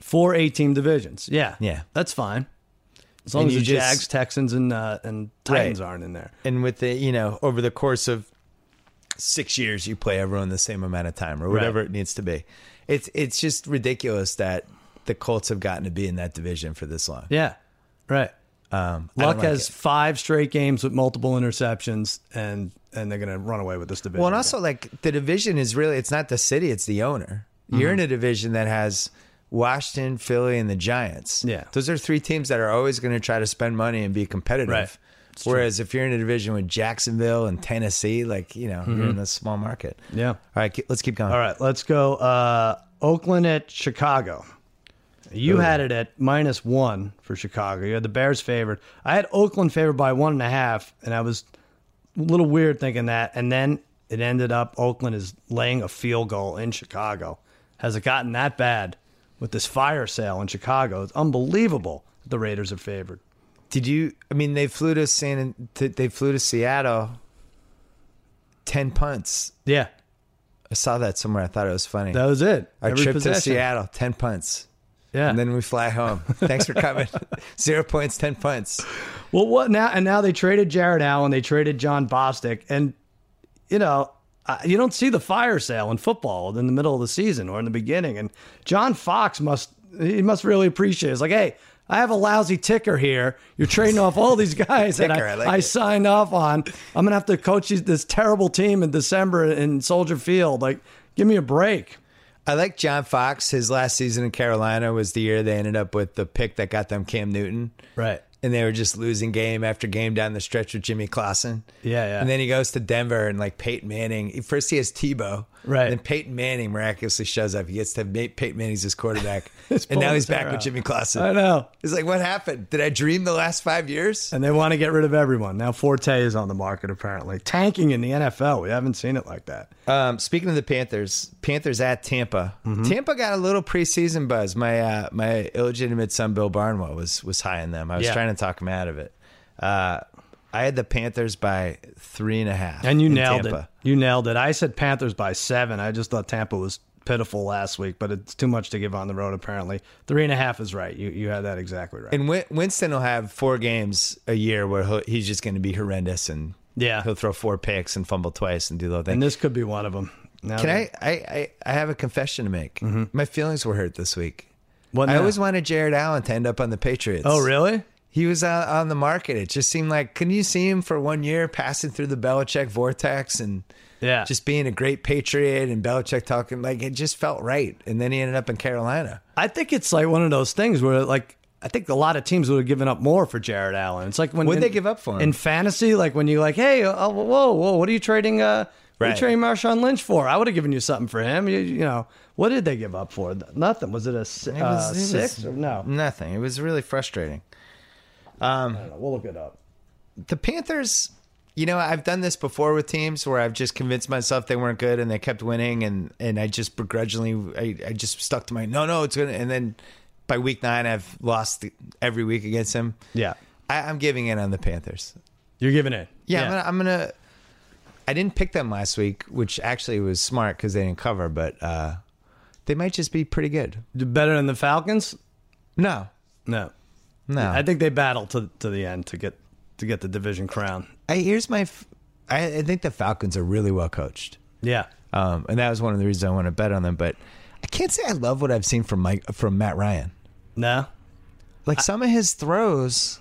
S2: Four eight team divisions. Yeah,
S1: Yeah.
S2: that's fine. As long
S1: And
S2: as
S1: you
S2: the
S1: just-
S2: Jags, Texans, and uh, and Titans
S1: Right.
S2: aren't in there.
S1: and with the you know over the course of six years you play everyone the same amount of time or whatever it needs to be it's it's just ridiculous that the colts have gotten to be in that division for this long
S2: Yeah, right.
S1: um I don't
S2: Luck
S1: like
S2: has
S1: it.
S2: five straight games with multiple interceptions, and and they're gonna run away with this division.
S1: well and
S2: again.
S1: also like the division is really it's not the city it's the owner
S2: Mm-hmm.
S1: you're in a division that has washington philly and the giants
S2: Yeah.
S1: those are three teams that are always going to try to spend money and be competitive
S2: Right. It's true.
S1: Whereas if you're in a division with Jacksonville and Tennessee, like, you know, you're in the small market.
S2: Mm-hmm. Yeah.
S1: All right, ke- let's keep going.
S2: all right, let's go. Uh, Oakland at Chicago. You had it at minus one for Chicago. You had the Bears favored. I had Oakland favored by one and a half, and I was a little weird thinking that. And then it ended up Oakland is laying a field goal in Chicago. Has it gotten that bad with this fire sale in Chicago? It's unbelievable. that The Raiders are favored.
S1: Did you? I mean, they flew to San. to- They flew to Seattle. Ten punts.
S2: Yeah,
S1: I saw that somewhere. I thought it was funny.
S2: that was it.
S1: Our
S2: Every
S1: trip to
S2: possession.
S1: Seattle, ten punts,
S2: Yeah.
S1: and then we fly
S2: (laughs)
S1: home. Thanks for coming. (laughs) Zero points, ten punts.
S2: well, what now? And now they traded Jared Allen. They traded John Bostic, and you know. Uh, you don't see the fire sale in football in the middle of the season or in the beginning, and John Fox must he must really appreciate. it. It's like, hey, I have a lousy ticker here. You're trading off
S1: (laughs)
S2: all these guys that
S1: Ticker,
S2: I,
S1: I
S2: I,
S1: like it.
S2: signed off on. I'm gonna have to coach these- this terrible team in December in Soldier Field. Like, give me a break.
S1: I like John Fox. His last season in Carolina was the year they ended up with the pick that got them Cam Newton,
S2: Right.
S1: and they were just losing game after game down the stretch with Jimmy Clausen.
S2: Yeah, yeah.
S1: And then he goes to Denver and like Peyton Manning. First he has Tebow.
S2: Right.
S1: Then Peyton Manning miraculously shows up. He gets to make Peyton Manning's his quarterback. and
S2: pulling
S1: now he's
S2: (laughs) his hair
S1: back with
S2: out.
S1: Jimmy Clausen.
S2: I know.
S1: It's like, what happened? Did I dream the last five years?
S2: And they want to get rid of everyone. Now Forte is on the market apparently. Tanking in the NFL. We haven't seen it like that.
S1: Um, speaking of the Panthers, Panthers at Tampa. Tampa got a little preseason buzz. My uh, my illegitimate son Bill Barnwell was was high on them. I was
S2: Yeah.
S1: trying to talk him out of it. Uh, I had the Panthers by three and a half.
S2: And you
S1: in
S2: nailed
S1: Tampa.
S2: it. You nailed it. I said Panthers by seven. I just thought Tampa was pitiful last week, but it's too much to give on the road apparently. Three and a half is right. You you had that exactly right.
S1: And Win- Winston will have four games a year where he'll, he's just going to be horrendous and
S2: Yeah.
S1: he'll throw four picks and fumble twice and do the whole
S2: And
S1: thing.
S2: this could be one of them. Now
S1: Can
S2: that-
S1: I, I, I, I have a confession to make.
S2: Mm-hmm.
S1: My feelings were hurt this week.
S2: What
S1: I
S2: now?
S1: always wanted Jared Allen to end up on the Patriots.
S2: Oh really?
S1: He was out on the market. It just seemed like, couldn't you see him for one year passing through the Belichick vortex and
S2: Yeah.
S1: just being a great Patriot and Belichick talking? Like, it just felt right. And then he ended up in Carolina.
S2: I think it's like one of those things where like I think a lot of teams would have given up more for Jared Allen. It's like when
S1: What'd they give up for him?
S2: in fantasy, like when you like, hey, uh, whoa, whoa, what are you trading? Uh, what are
S1: Right.
S2: you trading Marshawn Lynch for? I would have given you something for him. You, you know, what did they give up for? Nothing. Was it a si-
S1: It was-
S2: uh,
S1: it was
S2: six? Or, no,
S1: Nothing. It was really frustrating.
S2: I don't know. We'll look it up.
S1: the Panthers, you know, I've done this before with teams where I've just convinced myself they weren't good and they kept winning, and and I just begrudgingly, I, I just stuck to my no, no, it's gonna. And then by week nine, I've lost every week against him.
S2: Yeah,
S1: I, I'm giving in on the Panthers.
S2: you're giving it.
S1: Yeah, I'm gonna. I'm gonna I didn't pick them last week, which actually was smart because they didn't cover, but uh, they might just be pretty good.
S2: better than the Falcons.
S1: No,
S2: No,
S1: no.
S2: I think they battled to to the end to get to get the division crown.
S1: I, here's my. F- I, I think the Falcons are really well coached.
S2: Yeah,
S1: Um, and that was one of the reasons I want to bet on them. But I can't say I love what I've seen from Mike from Matt Ryan.
S2: no,
S1: Like some of his throws,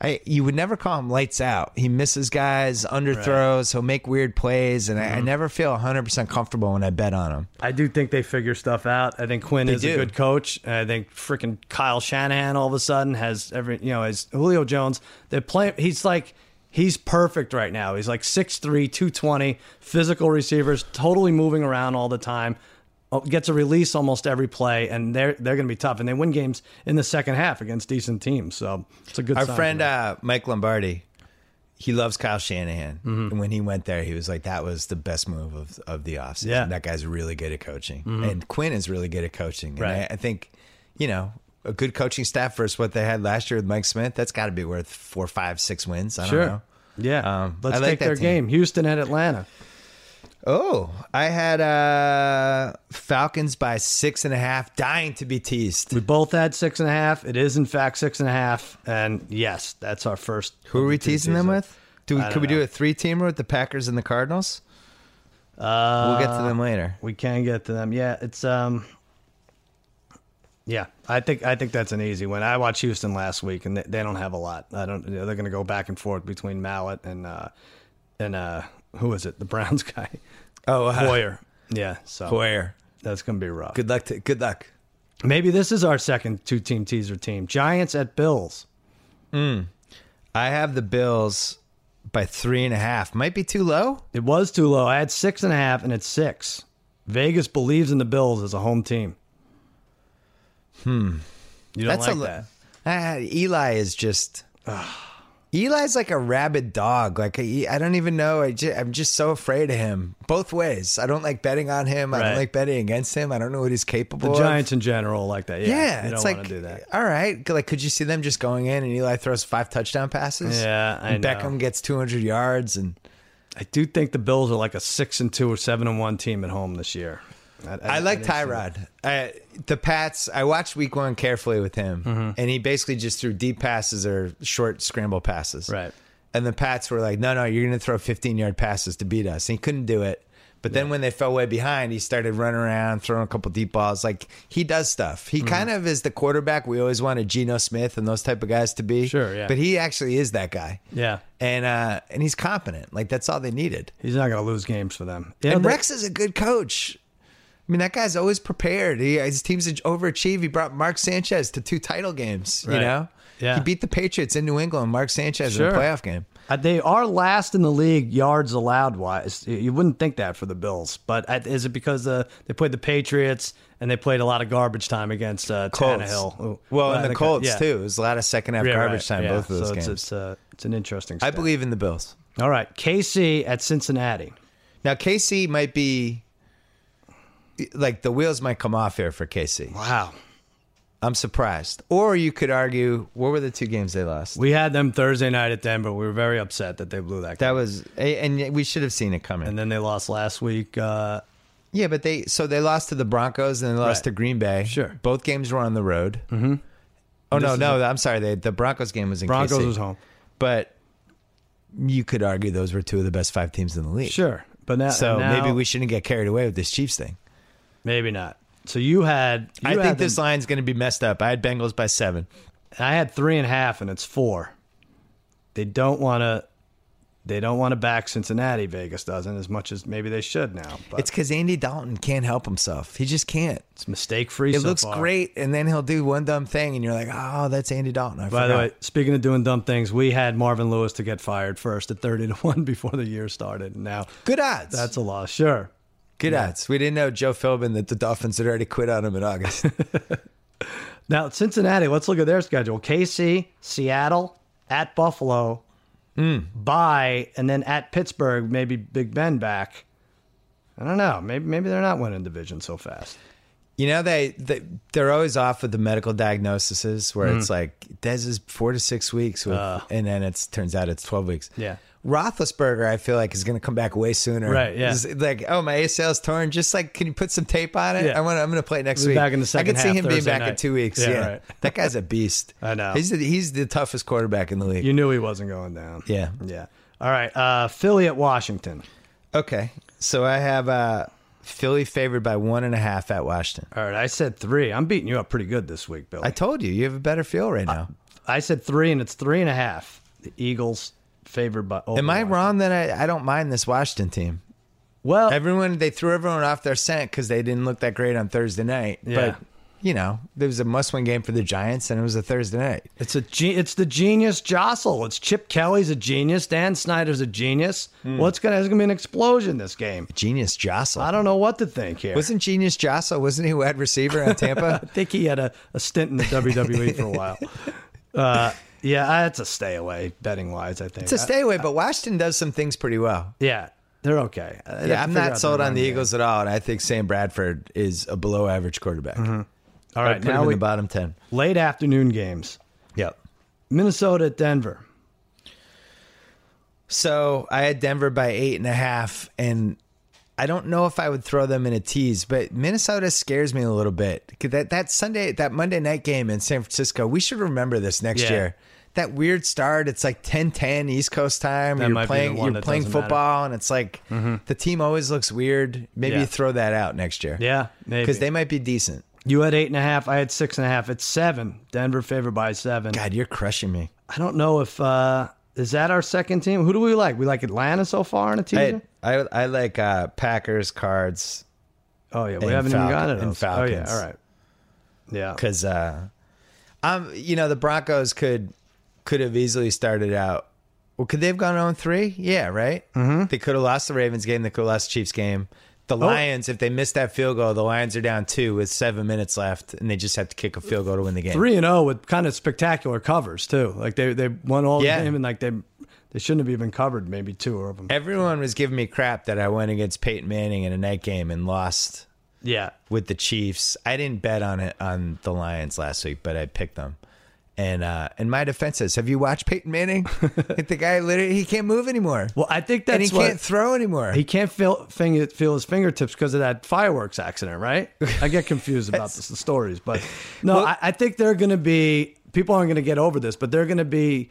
S1: I you would never call him lights out. He misses guys, underthrows, he'll make weird plays, and I, I never feel 100 percent comfortable when I bet on him.
S2: I do think they figure stuff out. I think Quinn is
S1: do.
S2: a good coach. And I think freaking Kyle Shanahan all of a sudden has every you know has Julio Jones. They play. He's like He's perfect right now. He's like 6'3, 220, physical receivers, totally moving around all the time. Oh, Gets a release almost every play, and they're they're going to be tough. And they win games in the second half against decent teams. So it's a good
S1: Our
S2: sign for
S1: friend
S2: them.
S1: uh, Mike Lombardi, he loves Kyle Shanahan.
S2: Mm-hmm.
S1: And when he went there, he was like, that was the best move of, of the offseason.
S2: Yeah. Mm-hmm.
S1: That guy's really good at coaching. And Quinn is really good at coaching. And
S2: Right.
S1: I, I think, you know, a good coaching staff versus what they had last year with Mike Smith, that's got to be worth four, five, six wins. I
S2: Sure.
S1: don't know.
S2: Yeah.
S1: Um,
S2: Let's
S1: I like
S2: take
S1: that
S2: their
S1: team.
S2: game. Houston at Atlanta.
S1: Oh, I had uh, Falcons by six and a half, dying to be teased.
S2: We both had six and a half. It is in fact six and a half. And yes, that's our first.
S1: Who are we teasing them with? Do we,
S2: I
S1: could we
S2: don't
S1: do
S2: know.
S1: a three teamer with the Packers and the Cardinals?
S2: Uh,
S1: We'll get to them later.
S2: we can get to them. Yeah, it's um. Yeah, I think I think that's an easy one. I watched Houston last week, and they, they don't have a lot. I don't. you know, They're going to go back and forth between Mallet and uh, and uh, who is it? The Browns (laughs) guy,
S1: Oh, uh,
S2: Hoyer. Yeah, so
S1: Hoyer.
S2: that's going to be rough.
S1: Good luck. To, good luck.
S2: Maybe this is our second two-team teaser team: Giants at Bills.
S1: I have the Bills by three and a half. Might be too low.
S2: It was too low. I had six and a half, and it's six. Vegas believes in the Bills as a home team. Hmm. You don't like
S1: lo-
S2: that?
S1: Ah, Eli is just. Eli's like a rabid dog. Like I I don't even know. I just, I'm just so afraid of him both ways. I don't like betting on him. I
S2: Right.
S1: don't like betting against him. I don't know what he's capable.
S2: The
S1: of.
S2: Giants in general like that. Yeah,
S1: Yeah,
S2: you don't
S1: it's
S2: want
S1: like
S2: to do that.
S1: all right. Like, could you see them just going in and Eli throws five touchdown passes?
S2: Yeah, I
S1: and
S2: know.
S1: Beckham gets 200 yards, and
S2: I do think the Bills are like a six and two or seven and one team at home this year.
S1: I, like
S2: didn't see
S1: Tyrod. I, the Pats. I watched Week One carefully with him,
S2: Mm-hmm.
S1: and he basically just threw deep passes or short scramble passes.
S2: Right.
S1: And the Pats were like, "No, no, you're going to throw 15 yard passes to beat us." And he couldn't do it. But then when they fell way behind, he started running around, throwing a couple deep balls. Like he does stuff.
S2: Mm-hmm.
S1: He kind of is the quarterback we always wanted Geno Smith and those type of guys to be.
S2: Sure, yeah.
S1: But he actually is that guy.
S2: Yeah,
S1: And uh, and he's competent. Like that's all they needed.
S2: he's not going to lose games for them. Yeah,
S1: And
S2: they-
S1: Rex is a good coach. I mean, that guy's always prepared. He, his team's overachieved. He brought Mark Sanchez to two title games.
S2: Right.
S1: You know,
S2: Yeah.
S1: he beat the Patriots in New England. Mark Sanchez
S2: Sure.
S1: in a playoff game.
S2: Uh, They are last in the league yards allowed wise. You wouldn't think that for the Bills, but uh, is it because uh, they played the Patriots and they played a lot of garbage time against uh, Tannehill? Ooh.
S1: Well, and
S2: I
S1: the
S2: think, uh,
S1: Colts
S2: yeah.
S1: too. It was a lot of second half
S2: Yeah,
S1: garbage
S2: right,
S1: time.
S2: yeah.
S1: Both of those
S2: so
S1: games.
S2: It's, it's, uh, it's an interesting.
S1: I
S2: stat.
S1: believe in the Bills.
S2: All right, KC at Cincinnati.
S1: Now KC might be like the wheels might come off here for KC.
S2: Wow,
S1: I'm surprised. Or you could argue, what were the two games they lost?
S2: we had them Thursday night at Denver. We were very upset that they blew that.
S1: That
S2: game.
S1: was, and yet we should have seen it coming.
S2: and then they lost last week. Uh,
S1: Yeah, but they so they lost to the Broncos and they lost
S2: Right.
S1: to Green Bay.
S2: Sure.
S1: both games were on the road. Mm-hmm. Oh no, no, I'm sorry. They, the Broncos game was in
S2: Broncos
S1: KC.
S2: was home.
S1: but you could argue those were two of the best five teams in the league.
S2: Sure, but now
S1: So
S2: now-
S1: maybe we shouldn't get carried away with this Chiefs thing.
S2: maybe not. So you had.
S1: I
S2: You had
S1: think
S2: them-
S1: this line's going to be messed up. I had Bengals by seven.
S2: I had three and a half, and it's four. They don't want to. They don't want to back Cincinnati. Vegas doesn't as much as maybe they should now.
S1: It's
S2: But it's,
S1: because Andy Dalton can't help himself. He just can't.
S2: mistake free.
S1: It looks great, and then he'll do one dumb thing, and you're like, "Oh, that's Andy Dalton." I
S2: By the
S1: forgot.
S2: way, speaking of doing dumb things, we had Marvin Lewis to get fired first at thirty to one (laughs) before the year started. And now
S1: good odds.
S2: that's a loss. Sure,
S1: good odds. We didn't know Joe Philbin that the Dolphins had already quit on him in August.
S2: Now, Cincinnati, let's look at their schedule. KC, Seattle, at Buffalo,
S1: Hmm.
S2: by, and then at Pittsburgh, maybe Big Ben back. I don't know. Maybe maybe they're not winning division so fast.
S1: You know they, they they're always off with the medical diagnoses where
S2: Mm.
S1: it's like Des is four to six weeks, with, and then it turns out it's twelve weeks.
S2: Yeah.
S1: Roethlisberger, I feel like is going to come back way sooner.
S2: Right, yeah.
S1: He's like oh my ACL's torn. Just like can you put some tape on it?
S2: Yeah.
S1: I want. I'm going to play next
S2: We'll be
S1: week.
S2: back in the second
S1: I can see
S2: half
S1: him being
S2: Thursday
S1: back in
S2: night.
S1: two weeks.
S2: Yeah,
S1: Yeah,
S2: right.
S1: (laughs) that guy's a beast.
S2: I know.
S1: He's the, he's the toughest quarterback in the league.
S2: You knew he wasn't going down.
S1: yeah.
S2: Yeah. All right. Uh, Philly at Washington.
S1: Okay. So I have uh, Philly favored by one and a half at Washington.
S2: All right. I said three. I'm beating you up pretty good this week, Bill.
S1: I
S2: I,
S1: told you you have a better feel right now.
S2: said three, and it's three and a half. The Eagles favored by. over
S1: Am I
S2: Washington.
S1: wrong that I, I don't mind this Washington team?
S2: Well,
S1: Everyone they threw everyone off their scent because they didn't look that great on Thursday night.
S2: Yeah.
S1: But you know, there was a must-win game for the Giants, and it was a Thursday night.
S2: It's a ge- it's the genius jostle. It's Chip Kelly's a genius. Dan Snyder's a genius.
S1: Hmm.
S2: What's gonna there's gonna be an explosion this game.
S1: Genius jostle.
S2: I don't know what to think here.
S1: Wasn't Genius Jostle? Wasn't he who had receiver on
S2: (laughs)
S1: Tampa?
S2: I think he had a, a stint in the WWE for
S1: (laughs)
S2: a while. Uh, yeah, that's a stay away betting wise. I think Uh,
S1: it's a stay away, but Washington does some things pretty well.
S2: yeah, they're okay. I'd have to
S1: Yeah, I'm
S2: figure out
S1: not
S2: their
S1: sold on
S2: run
S1: the
S2: game.
S1: Eagles at all, and I think Sam Bradford is a below-average quarterback.
S2: All
S1: All
S2: right,
S1: right, put him
S2: Mm-hmm. now
S1: in
S2: we
S1: the bottom ten.
S2: late afternoon games.
S1: Yep.
S2: Minnesota at Denver.
S1: So I had Denver by eight and a half, and I don't know if I would throw them in a tease, but Minnesota scares me a little bit. 'Cause That that Sunday, that Monday night game in San Francisco, we should remember this next
S2: Yeah.
S1: year. That weird start, it's like 10-10 East Coast time.
S2: might be
S1: you're
S2: the
S1: playing
S2: one
S1: you're
S2: that
S1: playing
S2: doesn't matter. Mm-hmm.
S1: football and it's like the team always looks weird. Maybe
S2: Yeah.
S1: you throw that out next year.
S2: Yeah, maybe.
S1: Because they might be decent.
S2: you had eight and a half. I had six and a half. It's seven. Denver favored by seven.
S1: God, you're crushing me.
S2: I don't know if uh is that our second team. Who do we like? We like Atlanta so far in a teaser.
S1: I I, I like uh, Packers cards
S2: oh yeah, we
S1: and
S2: haven't even
S1: Falcon-
S2: gotten it.
S1: and
S2: Oh yeah,
S1: Falcons.
S2: all right. Yeah,
S1: because uh, I'm you know the Broncos could could have easily started out. Well, could they have gone on three? Yeah, right. Mm-hmm. They could have lost the Ravens game. They could have lost the Chiefs game. The Lions, if they missed that field goal, the Lions are down two with seven minutes left, and they just have to kick a field goal to win the game.
S2: three and zero with kind of spectacular covers too. Like they they won all
S1: Yeah.
S2: the game and like they they shouldn't have even covered maybe two of them.
S1: Everyone was giving me crap that I went against Peyton Manning in a night game and lost
S2: Yeah,
S1: with the Chiefs. I didn't bet on it on the Lions last week, but I picked them. And uh, and my defense is: Have you watched Peyton Manning? (laughs) the guy literally he can't move anymore.
S2: well I think that's
S1: and he
S2: what
S1: can't throw anymore.
S2: he can't feel fing- feel his fingertips because of that fireworks accident, right? I get
S1: (laughs)
S2: confused about this, the stories, but no, I, I think they're going to be people aren't going to get over this, but they're going to be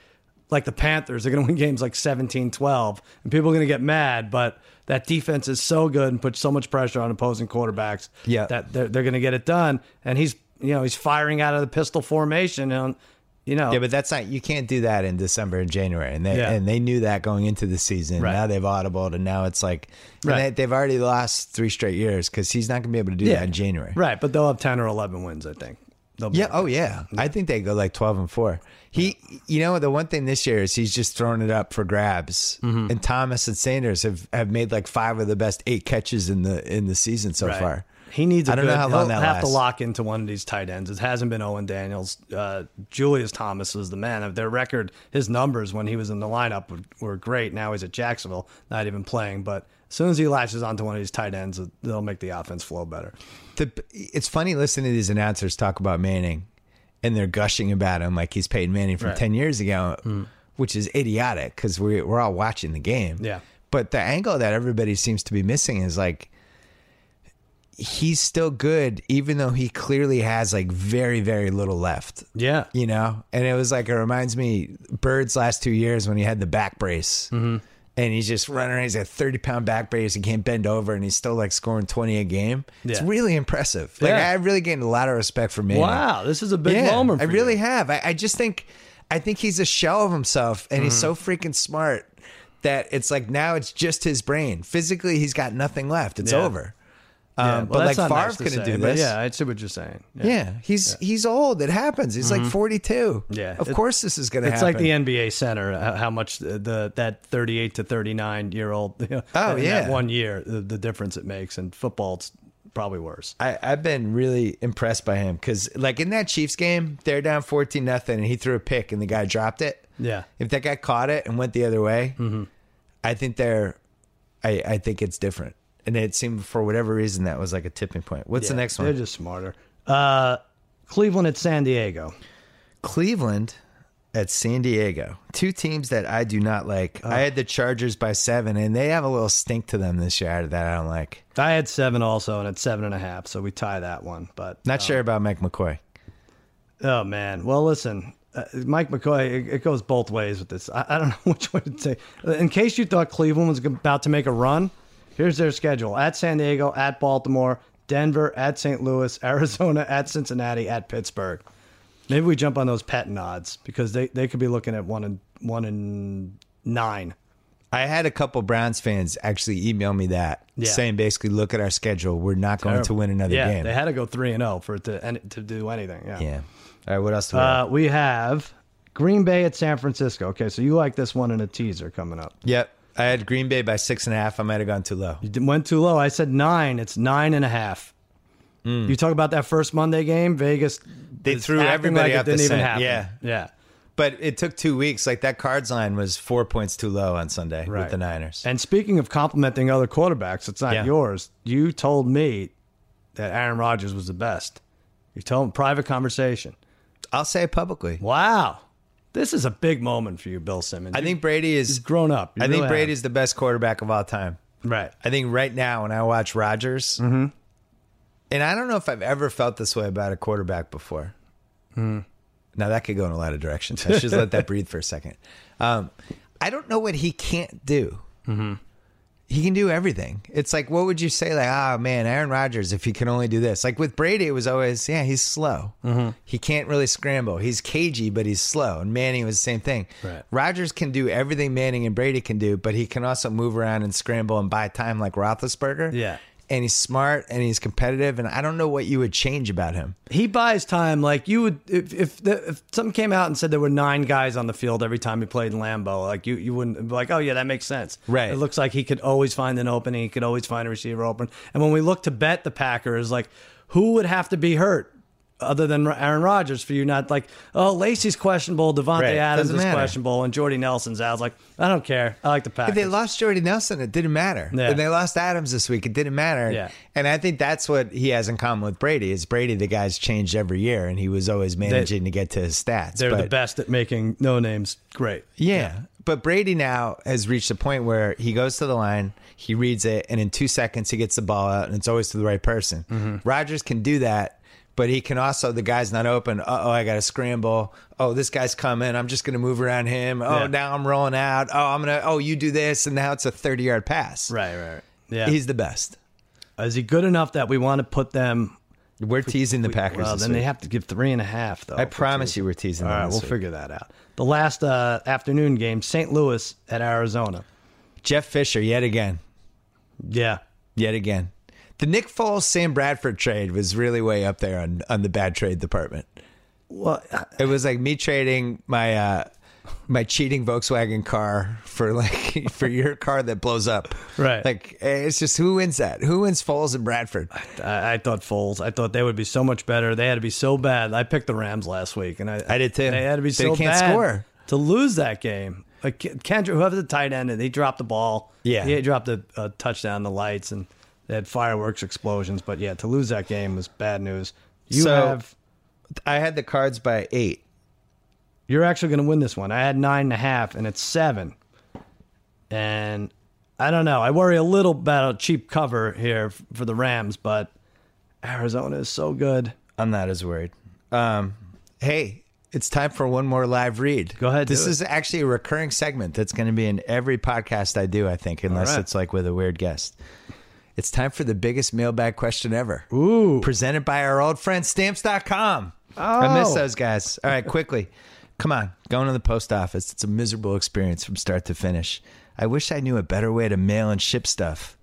S2: like the Panthers. They're going to win games like 17-12, and people are going to get mad, but that defense is so good and puts so much pressure on opposing quarterbacks
S1: Yeah.
S2: that they're, they're going to get it done. And he's you know he's firing out of the pistol formation and you know
S1: yeah, but that's not you can't do that in December and January, and they
S2: Yeah.
S1: and they knew that going into the season.
S2: Right.
S1: Now they've audibled, and now it's like and
S2: Right.
S1: they, they've already lost three straight years because he's not going to be able to do
S2: Yeah.
S1: that in January.
S2: right, but they'll have ten or eleven wins, I think. They'll be
S1: Yeah. Oh, yeah. I think they go like twelve and four. He, you know, the one thing this year is he's just throwing it up for grabs.
S2: Mm-hmm.
S1: And Thomas and Sanders have, have made like five of the best eight catches in the in the season so
S2: Right.
S1: far.
S2: He needs. I
S1: I don't know how long
S2: he'll
S1: that
S2: have to
S1: lasts.
S2: lock into one of these tight ends. It hasn't been Owen Daniels. Uh, Julius Thomas is the man of their record. His numbers when he was in the lineup were, were great. Now he's at Jacksonville, not even playing. But as soon as he lashes onto one of these tight ends, they'll make the offense flow better.
S1: The, it's funny listening to these announcers talk about Manning, and they're gushing about him like he's Peyton Manning from
S2: Right. Mm.
S1: ten years ago, which is idiotic because we we're all watching the game.
S2: Yeah.
S1: But the angle that everybody seems to be missing is like he's still good, even though he clearly has like very very little left.
S2: Yeah.
S1: you know and it was like it reminds me bird's last two years when he had the back brace
S2: Mm-hmm.
S1: and he's just running around he's got a 30 pound back brace he can't bend over and he's still like scoring 20 a game it's
S2: Yeah.
S1: really impressive like
S2: Yeah.
S1: i really gained a lot of respect for me
S2: Wow, this is a big
S1: yeah
S2: moment.
S1: i
S2: for
S1: really
S2: you.
S1: have I, I just think i think he's a shell of himself and he's
S2: Mm-hmm.
S1: so freaking smart that it's like now it's just his brain physically he's got nothing left it's
S2: Yeah.
S1: over um,
S2: Yeah, well,
S1: but like
S2: that's not
S1: Favre
S2: nice to
S1: couldn't
S2: say,
S1: do
S2: but
S1: this.
S2: Yeah, I see what you're saying.
S1: Yeah, he's he's old. It happens. He's like 42.
S2: Yeah.
S1: of
S2: It-
S1: course this is going to
S2: It's
S1: happen.
S2: like the NBA center, uh, how how much the, the that 38 to 39 year old. (laughs) You know,
S1: Oh,
S2: in
S1: yeah.
S2: that one year, the, the difference it makes, and football's probably worse.
S1: I, I've been really impressed by him because, like in that Chiefs game, they're down fourteen nothing, and he threw a pick, and the guy dropped it.
S2: Yeah.
S1: If that guy caught it and went the other way,
S2: Mm-hmm.
S1: I think they're, I, I think it's different. And it seemed for whatever reason that was like a tipping point. What's the next
S2: They're
S1: one?
S2: just smarter. Uh, Cleveland at San Diego.
S1: Cleveland at San Diego. Two teams that I do not like.
S2: Uh.
S1: I had the Chargers by seven, and they have a little stink to them this year that I don't like.
S2: I had seven also, and it's seven and a half, so we tie that one. But
S1: Not sure about Mike McCoy.
S2: oh man, well listen, uh, Mike McCoy, it, it goes both ways with this. I, I don't (laughs) know which way to say. In case you thought Cleveland was about to make a run, here's their schedule: at San Diego, at Baltimore, Denver, at St. Louis, (laughs) Arizona, at Cincinnati, at Pittsburgh. Maybe we jump on those patent odds because they, they could be looking at one and one and nine.
S1: I had a couple Browns fans actually email me that
S2: Yeah.
S1: saying basically, look at our schedule. We're not going to win another
S2: yeah,
S1: game.
S2: they had to go three and zero for it to and to do anything. Yeah.
S1: yeah. All right. What else do we have?
S2: Uh, we have Green Bay at San Francisco. Okay, so you like this one in a teaser coming up.
S1: Yep. I had Green Bay by six and a half. I might have gone too low.
S2: You didn't- went too low. I said nine. It's nine and a half. You talk about that first Monday game, Vegas.
S1: Hmm. They
S2: is
S1: threw
S2: acting
S1: everybody
S2: like
S1: out
S2: it didn't
S1: the
S2: even
S1: scent.
S2: happen.
S1: Yeah.
S2: yeah.
S1: But it took two weeks. Like that cards line was four points too low on Sunday
S2: Right.
S1: with the Niners.
S2: And speaking of complimenting other quarterbacks, it's not
S1: Yeah.
S2: yours. You told me that Aaron Rodgers was the best. You told him private conversation.
S1: I'll say it publicly.
S2: Wow. This is a big moment for you, Bill Simmons.
S1: I think Brady is.
S2: You've grown up. You
S1: I think
S2: really
S1: Brady's the best quarterback of all time.
S2: have. right.
S1: I think right now when I watch Rodgers,
S2: Mm-hmm.
S1: and I don't know if I've ever felt this way about a quarterback before.
S2: Hmm.
S1: Now that could go in a lot of directions. I should just let
S2: (laughs)
S1: that breathe for a second. Um, I don't know what he can't do.
S2: Mm-hmm.
S1: He can do everything. It's like, what would you say? Like, ah, man, Aaron Rodgers, if he can only do this. Like with Brady, it was always, yeah, he's slow.
S2: Mm-hmm.
S1: He can't really scramble. He's cagey, but he's slow. And Manning was the same thing.
S2: Right.
S1: Rodgers can do everything Manning and Brady can do, but he can also move around and scramble and buy time like Roethlisberger.
S2: Yeah.
S1: And he's smart and he's competitive. And I don't know what you would change about him.
S2: He buys time. Like you would, if if, the, if something came out and said there were nine guys on the field every time he played in Lambeau, like you you wouldn't be like, oh yeah, that makes sense.
S1: Right.
S2: It looks like he could always find an opening. He could always find a receiver open. And when we look to bet the Packers, like who would have to be hurt other than Aaron Rodgers for you not like, oh Lacey's questionable, Devontae
S1: Right.
S2: Adams
S1: Doesn't
S2: is
S1: matter.
S2: questionable, and Jordy Nelson's out. I was like, I don't care. I like the Packers.
S1: If they lost Jordy Nelson, it didn't matter.
S2: Yeah.
S1: And they lost Adams this week, it didn't matter.
S2: Yeah.
S1: And I think that's what he has in common with Brady is Brady, the guy's changed every year and he was always managing to get to his stats.
S2: They're the
S1: But-
S2: best at making no names great.
S1: Yeah. But Brady now has reached a point where he goes to the line, he reads it, and in two seconds he gets the ball out, and it's always to the right person.
S2: Mm-hmm.
S1: Rodgers can do that, but he can also the guy's not open. Uh oh, I got to scramble. Oh, this guy's coming. I'm just going to move around him. Oh,
S2: Yeah.
S1: now I'm rolling out. Oh, I'm gonna. Oh, you do this, and now it's a 30 yard pass.
S2: Right, right, right. Yeah.
S1: He's the best.
S2: is he good enough that we want to put them
S1: We're teasing the Packers.
S2: Well,
S1: this
S2: then
S1: week.
S2: they have to give three and a half, though.
S1: I promise you, we're teasing.
S2: All
S1: them
S2: right,
S1: this
S2: we'll
S1: week.
S2: figure that out. The last uh, afternoon game, St. Louis at Arizona.
S1: Jeff Fisher yet again.
S2: Yeah,
S1: yet again. The Nick Foles Sam Bradford trade was really way up there on on the bad trade department.
S2: well, uh,
S1: It was like me trading my uh my cheating Volkswagen car for like (laughs) for your car that blows up.
S2: Right.
S1: Like eh, it's just who wins that? Who wins Foles and Bradford?
S2: I, I thought Foles. I thought they would be so much better. They had to be so bad. I picked the Rams last week, and I
S1: I did too.
S2: They had to be
S1: They
S2: so
S1: can't
S2: bad
S1: score.
S2: to lose that game. Like Ke- Kendrick, whoever the tight end, and he dropped the ball.
S1: Yeah.
S2: he dropped a, a touchdown, the lights, and they had fireworks explosions. But yeah, to lose that game was bad news. You
S1: So-
S2: have
S1: I had the cards by eight.
S2: you're actually going to win this one. I had nine and a half, and it's seven. And I don't know. I worry a little about a cheap cover here f- for the Rams, but Arizona is so good.
S1: I'm not as worried. Um, hey, it's time for one more live read.
S2: Go ahead,
S1: This
S2: do it.
S1: is actually a recurring segment that's going to be in every podcast I do, I think, unless
S2: right.
S1: it's like with a weird guest. It's time for the biggest mailbag question ever. Ooh. Presented by our old friend stamps.com. I miss
S2: Oh.
S1: those guys. All right, quickly. Come on, going to the post office. It's a miserable experience from start to finish. I wish I knew a better way to mail and ship stuff.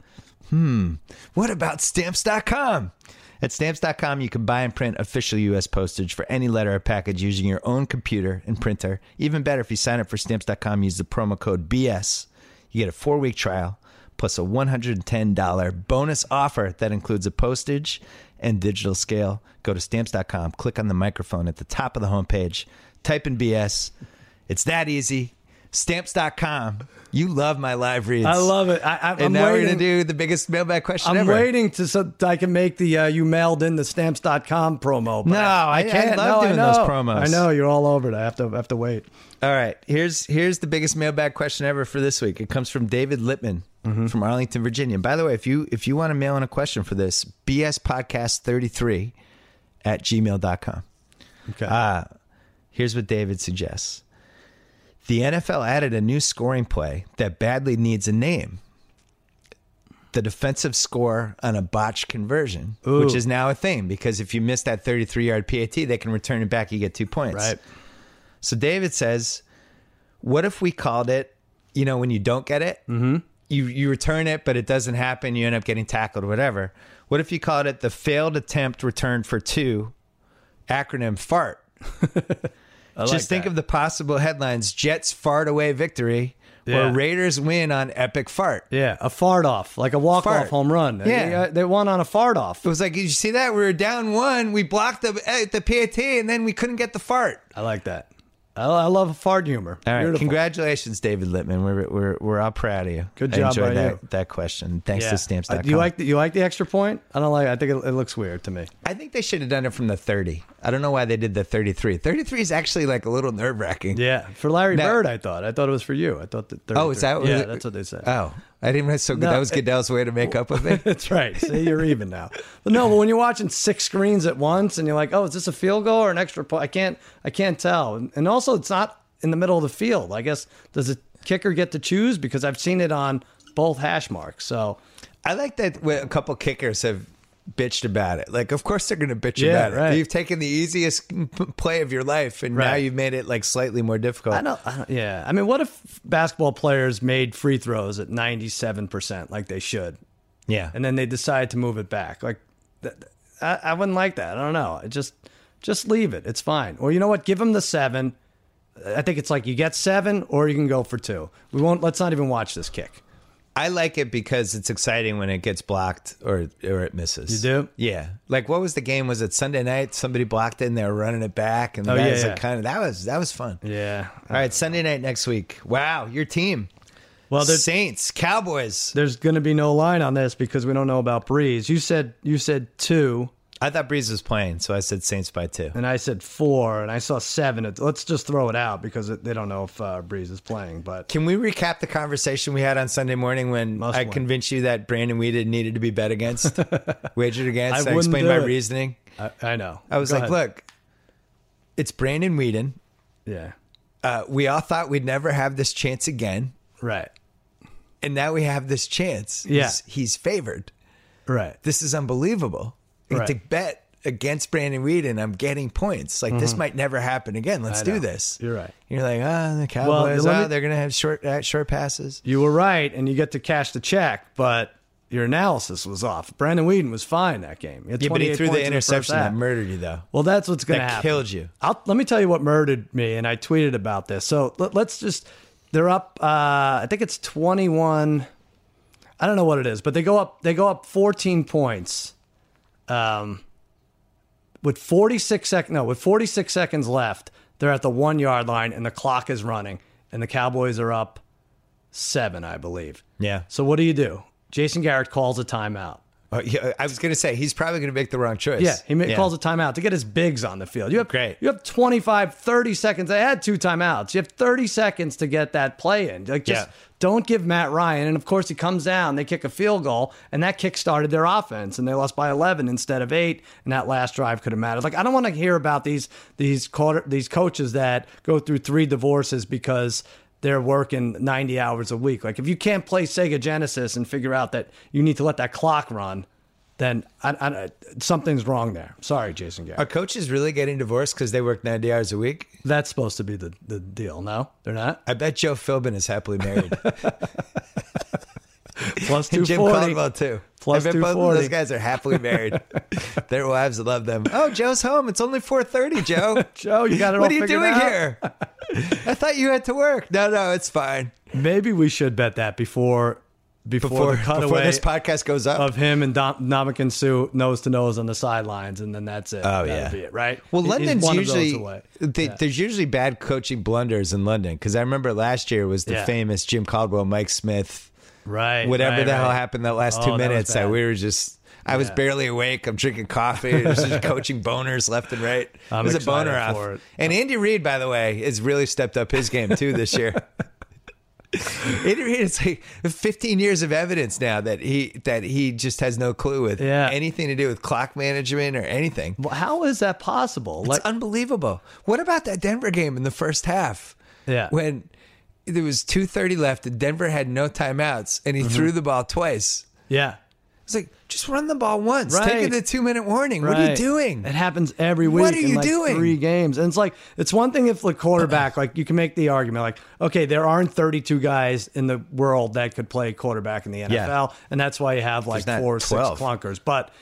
S1: What about stamps.com? At stamps.com, you can buy and print official U.S. postage for any letter or package using your own computer and printer. Even better, if you sign up for stamps.com, use the promo code BS. You get a four week trial plus a $110 bonus offer that includes a postage and digital scale. Go to stamps.com, click on the microphone at the top of the homepage, type in BS. It's that easy. Stamps.com. You love my live reads.
S2: I love it. I, I, I'm
S1: And now we're
S2: waiting.
S1: gonna do the biggest mailbag question
S2: I'm
S1: ever.
S2: waiting to so that I can make the uh, you mailed in the stamps.com promo. but
S1: No, I- I love
S2: No,
S1: doing
S2: know.
S1: those promos.
S2: I know you're all over it. I have to I have to wait.
S1: All right, here's here's the biggest mailbag question ever for this week. It comes from David Lippman from Arlington, Virginia. And by the way, if you if you want to mail in a question for this, bspodcast33 at gmail.com.
S2: Okay.
S1: Here's what David suggests. The NFL added a new scoring play that badly needs a name. The defensive score on a botch conversion, which
S2: Ooh.
S1: is now a thing because if you miss that 33 yard PAT, they can return it back, you get two points.
S2: right.
S1: So David says, What if we called it you know, when you don't get it, you you return it, but it doesn't happen. You end up getting tackled, whatever. What if you called it the failed attempt return for two, acronym FART? Just think of the possible headlines: Jets fart away victory,
S2: Yeah.
S1: or Raiders win on epic fart.
S2: Yeah, a fart off, like a walk
S1: Fart.
S2: off home run.
S1: Yeah.
S2: They, uh, they won on a fart off.
S1: It was like, did you see that? We were down one. We blocked the eh, the PAT, and then we couldn't get the fart.
S2: I like that. I, I love fart humor.
S1: All right,
S2: Beautiful.
S1: congratulations, David Littman. We're we're we're all proud of you.
S2: Good
S1: I
S2: job
S1: enjoyed
S2: by
S1: that,
S2: you.
S1: that question. Thanks
S2: Yeah.
S1: to stamps.com.
S2: Uh, do you like the, you like the extra point? I don't like. I think it, it looks weird to me.
S1: I think they should have done it from the 30. I don't know why they did the 33. 33 is actually like a little nerve wracking.
S2: Yeah, for Larry
S1: Now-
S2: Bird, I thought. I thought it was for you. I thought that. 33.
S1: Oh, is that?
S2: Yeah,
S1: was it-
S2: that's what they said.
S1: Oh, I didn't realize. So
S2: No,
S1: that was
S2: it-
S1: Goodell's way to make up with it. (laughs)
S2: (laughs) That's right. See, you're even now. But no, but when you're watching six screens at once and you're like, oh, is this a field goal or an extra point? I can't, I can't tell. And, and also, it's not in the middle of the field. I guess does the kicker get to choose? Because I've seen it on both hash marks. So
S1: I like that when a couple kickers have bitched about it. Like, of course they're going to bitch
S2: Yeah,
S1: about
S2: right.
S1: it. You've taken the easiest p- play of your life, and now
S2: Right.
S1: you've made it like slightly more difficult.
S2: I don't, I don't. Yeah, I mean, what if basketball players made free throws at 97 percent like they should,
S1: Yeah,
S2: and then they decide to move it back? Like, th- th- I, I wouldn't like that. I don't know. It just, just leave it. It's fine. Or you know what? Give them the seven. I think it's like you get seven, or you can go for two. We won't. Let's not even watch this kick.
S1: I like it because it's exciting when it gets blocked or or it misses.
S2: You do?
S1: Yeah. Like what was the game? Was it Sunday night? Somebody blocked it and they were running it back and
S2: Oh,
S1: that
S2: yeah,
S1: was
S2: yeah.
S1: like kind of that was that was fun.
S2: Yeah.
S1: All right, Sunday night next week. Wow, your team.
S2: Well, there's
S1: Saints, Cowboys.
S2: there's going to be no line on this because we don't know about Breeze. You said you said two.
S1: I thought Breeze was playing, so I said Saints by two.
S2: and I said four, and I saw seven. It- Let's just throw it out because it, they don't know if uh, Breeze is playing. But
S1: Can we recap the conversation we had on Sunday morning when
S2: Must
S1: I
S2: win.
S1: convinced you that Brandon Weeden needed to be bet against,
S2: (laughs)
S1: wagered
S2: I
S1: against? I,
S2: wouldn't
S1: explained
S2: do
S1: my
S2: it.
S1: reasoning.
S2: I, I know.
S1: I was
S2: Go
S1: like,
S2: ahead.
S1: look, it's Brandon Weeden.
S2: yeah,
S1: Uh, we all thought we'd never have this chance again.
S2: right,
S1: and now we have this chance.
S2: Yeah.
S1: He's, he's favored.
S2: right.
S1: This is unbelievable. And
S2: Right.
S1: To bet against Brandon Reed and I'm getting points. Like this might never happen again. Let's
S2: Mm-hmm. I
S1: do
S2: know.
S1: this.
S2: You're right.
S1: You're like, ah, the
S2: Well,
S1: Cowboys.
S2: let
S1: ah,
S2: me-
S1: they're gonna have short uh, short passes.
S2: You were right, and you get to cash the check, but your analysis was off. Brandon Whedon was fine that game. He had
S1: Yeah, but he
S2: 28
S1: threw
S2: points
S1: the
S2: in first
S1: interception that
S2: half.
S1: murdered you though.
S2: Well, that's what's going to
S1: That
S2: happen.
S1: killed you.
S2: I'll, let me tell you what murdered me, and I tweeted about this. So let, us just, they're up. Uh, I think it's twenty-one. I don't know what it is, but they go up. They go up fourteen points, um, with forty-six sec. No, with forty-six seconds left, they're at the one-yard line, and the clock is running, and the Cowboys are up seven, I believe.
S1: Yeah.
S2: So what do you do? Jason Garrett calls a timeout.
S1: Oh, yeah. I was gonna say he's probably gonna make the wrong choice.
S2: Yeah, he ma- calls a timeout to get his bigs on the field. You have
S1: Great.
S2: You have 25, 30 seconds. They had two timeouts. You have 30 seconds to get that play in. Like just
S1: Yeah.
S2: don't give Matt Ryan. And of course, he comes down. They kick a field goal, and that kick started their offense, and they lost by 11 instead of eight. And that last drive could have mattered. Like I don't want to hear about these these quarter, these coaches that go through three divorces because. They're working 90 hours a week. Like, if you can't play Sega Genesis and figure out that you need to let that clock run, then I, I, something's wrong there. Sorry, Jason Garrett.
S1: Are coaches really getting divorced because they work 90 hours a week?
S2: That's supposed to be the, the deal. No,
S1: (laughs)
S2: they're not.
S1: I bet Joe Philbin is
S2: (laughs)
S1: happily married.
S2: Plus
S1: And Jim
S2: 240.
S1: Caldwell too.
S2: Plus
S1: I bet both of
S2: 240.
S1: those guys are happily
S2: (laughs)
S1: married. Their wives love them. Oh, Joe's home. It's only four thirty.
S2: (laughs)
S1: Joe,
S2: Joe, you got it
S1: (laughs)
S2: all
S1: what are you
S2: figured
S1: doing
S2: out?
S1: here? (laughs) I thought you had to work. No, no, it's fine.
S2: Maybe we should bet that before before,
S1: Before,
S2: the
S1: before
S2: cutaway
S1: this podcast goes up,
S2: of him and Dom, Namakin Sue nose to nose on the sidelines, and then that's it.
S1: Oh,
S2: That'll
S1: yeah.
S2: be it, right?
S1: Well,
S2: He- he's
S1: London's
S2: one of those
S1: usually
S2: away.
S1: they, there's usually bad coaching blunders in London because I remember last year was the
S2: Yeah.
S1: famous Jim Caldwell, Mike Smith,
S2: right.
S1: whatever
S2: right,
S1: the hell
S2: right.
S1: happened that last
S2: Oh,
S1: two
S2: that was
S1: minutes. That
S2: bad.
S1: we were just. I was
S2: Yeah.
S1: barely awake. I'm drinking coffee. It was
S2: (laughs)
S1: just coaching boners left and right.
S2: I'm
S1: it was a
S2: excited
S1: boner off.
S2: for it.
S1: And Andy Reid, by the way, has really stepped up his game too this
S2: (laughs)
S1: year. Andy Reid, it's like 15 years of evidence now that he that he just has no clue with
S2: Yeah.
S1: anything to do with clock management or anything.
S2: Well, how is that possible?
S1: It's unbelievable. What about that Denver game in the first half?
S2: Yeah.
S1: When
S2: Mm-hmm.
S1: there was 2:30 left and Denver had no timeouts and he threw the ball twice.
S2: yeah.
S1: was like, just run the ball once. Take
S2: Right.
S1: it the two minute warning. What are you
S2: Right.
S1: doing?
S2: It happens every week.
S1: What are
S2: in,
S1: you
S2: like,
S1: doing?
S2: Three games, and it's like it's one thing if the quarterback, like you can make the argument, like okay, there aren't 32 guys in the world that could play quarterback in the NFL, and that's why you have like
S1: There's not
S2: four, or six
S1: 12.
S2: clunkers, but.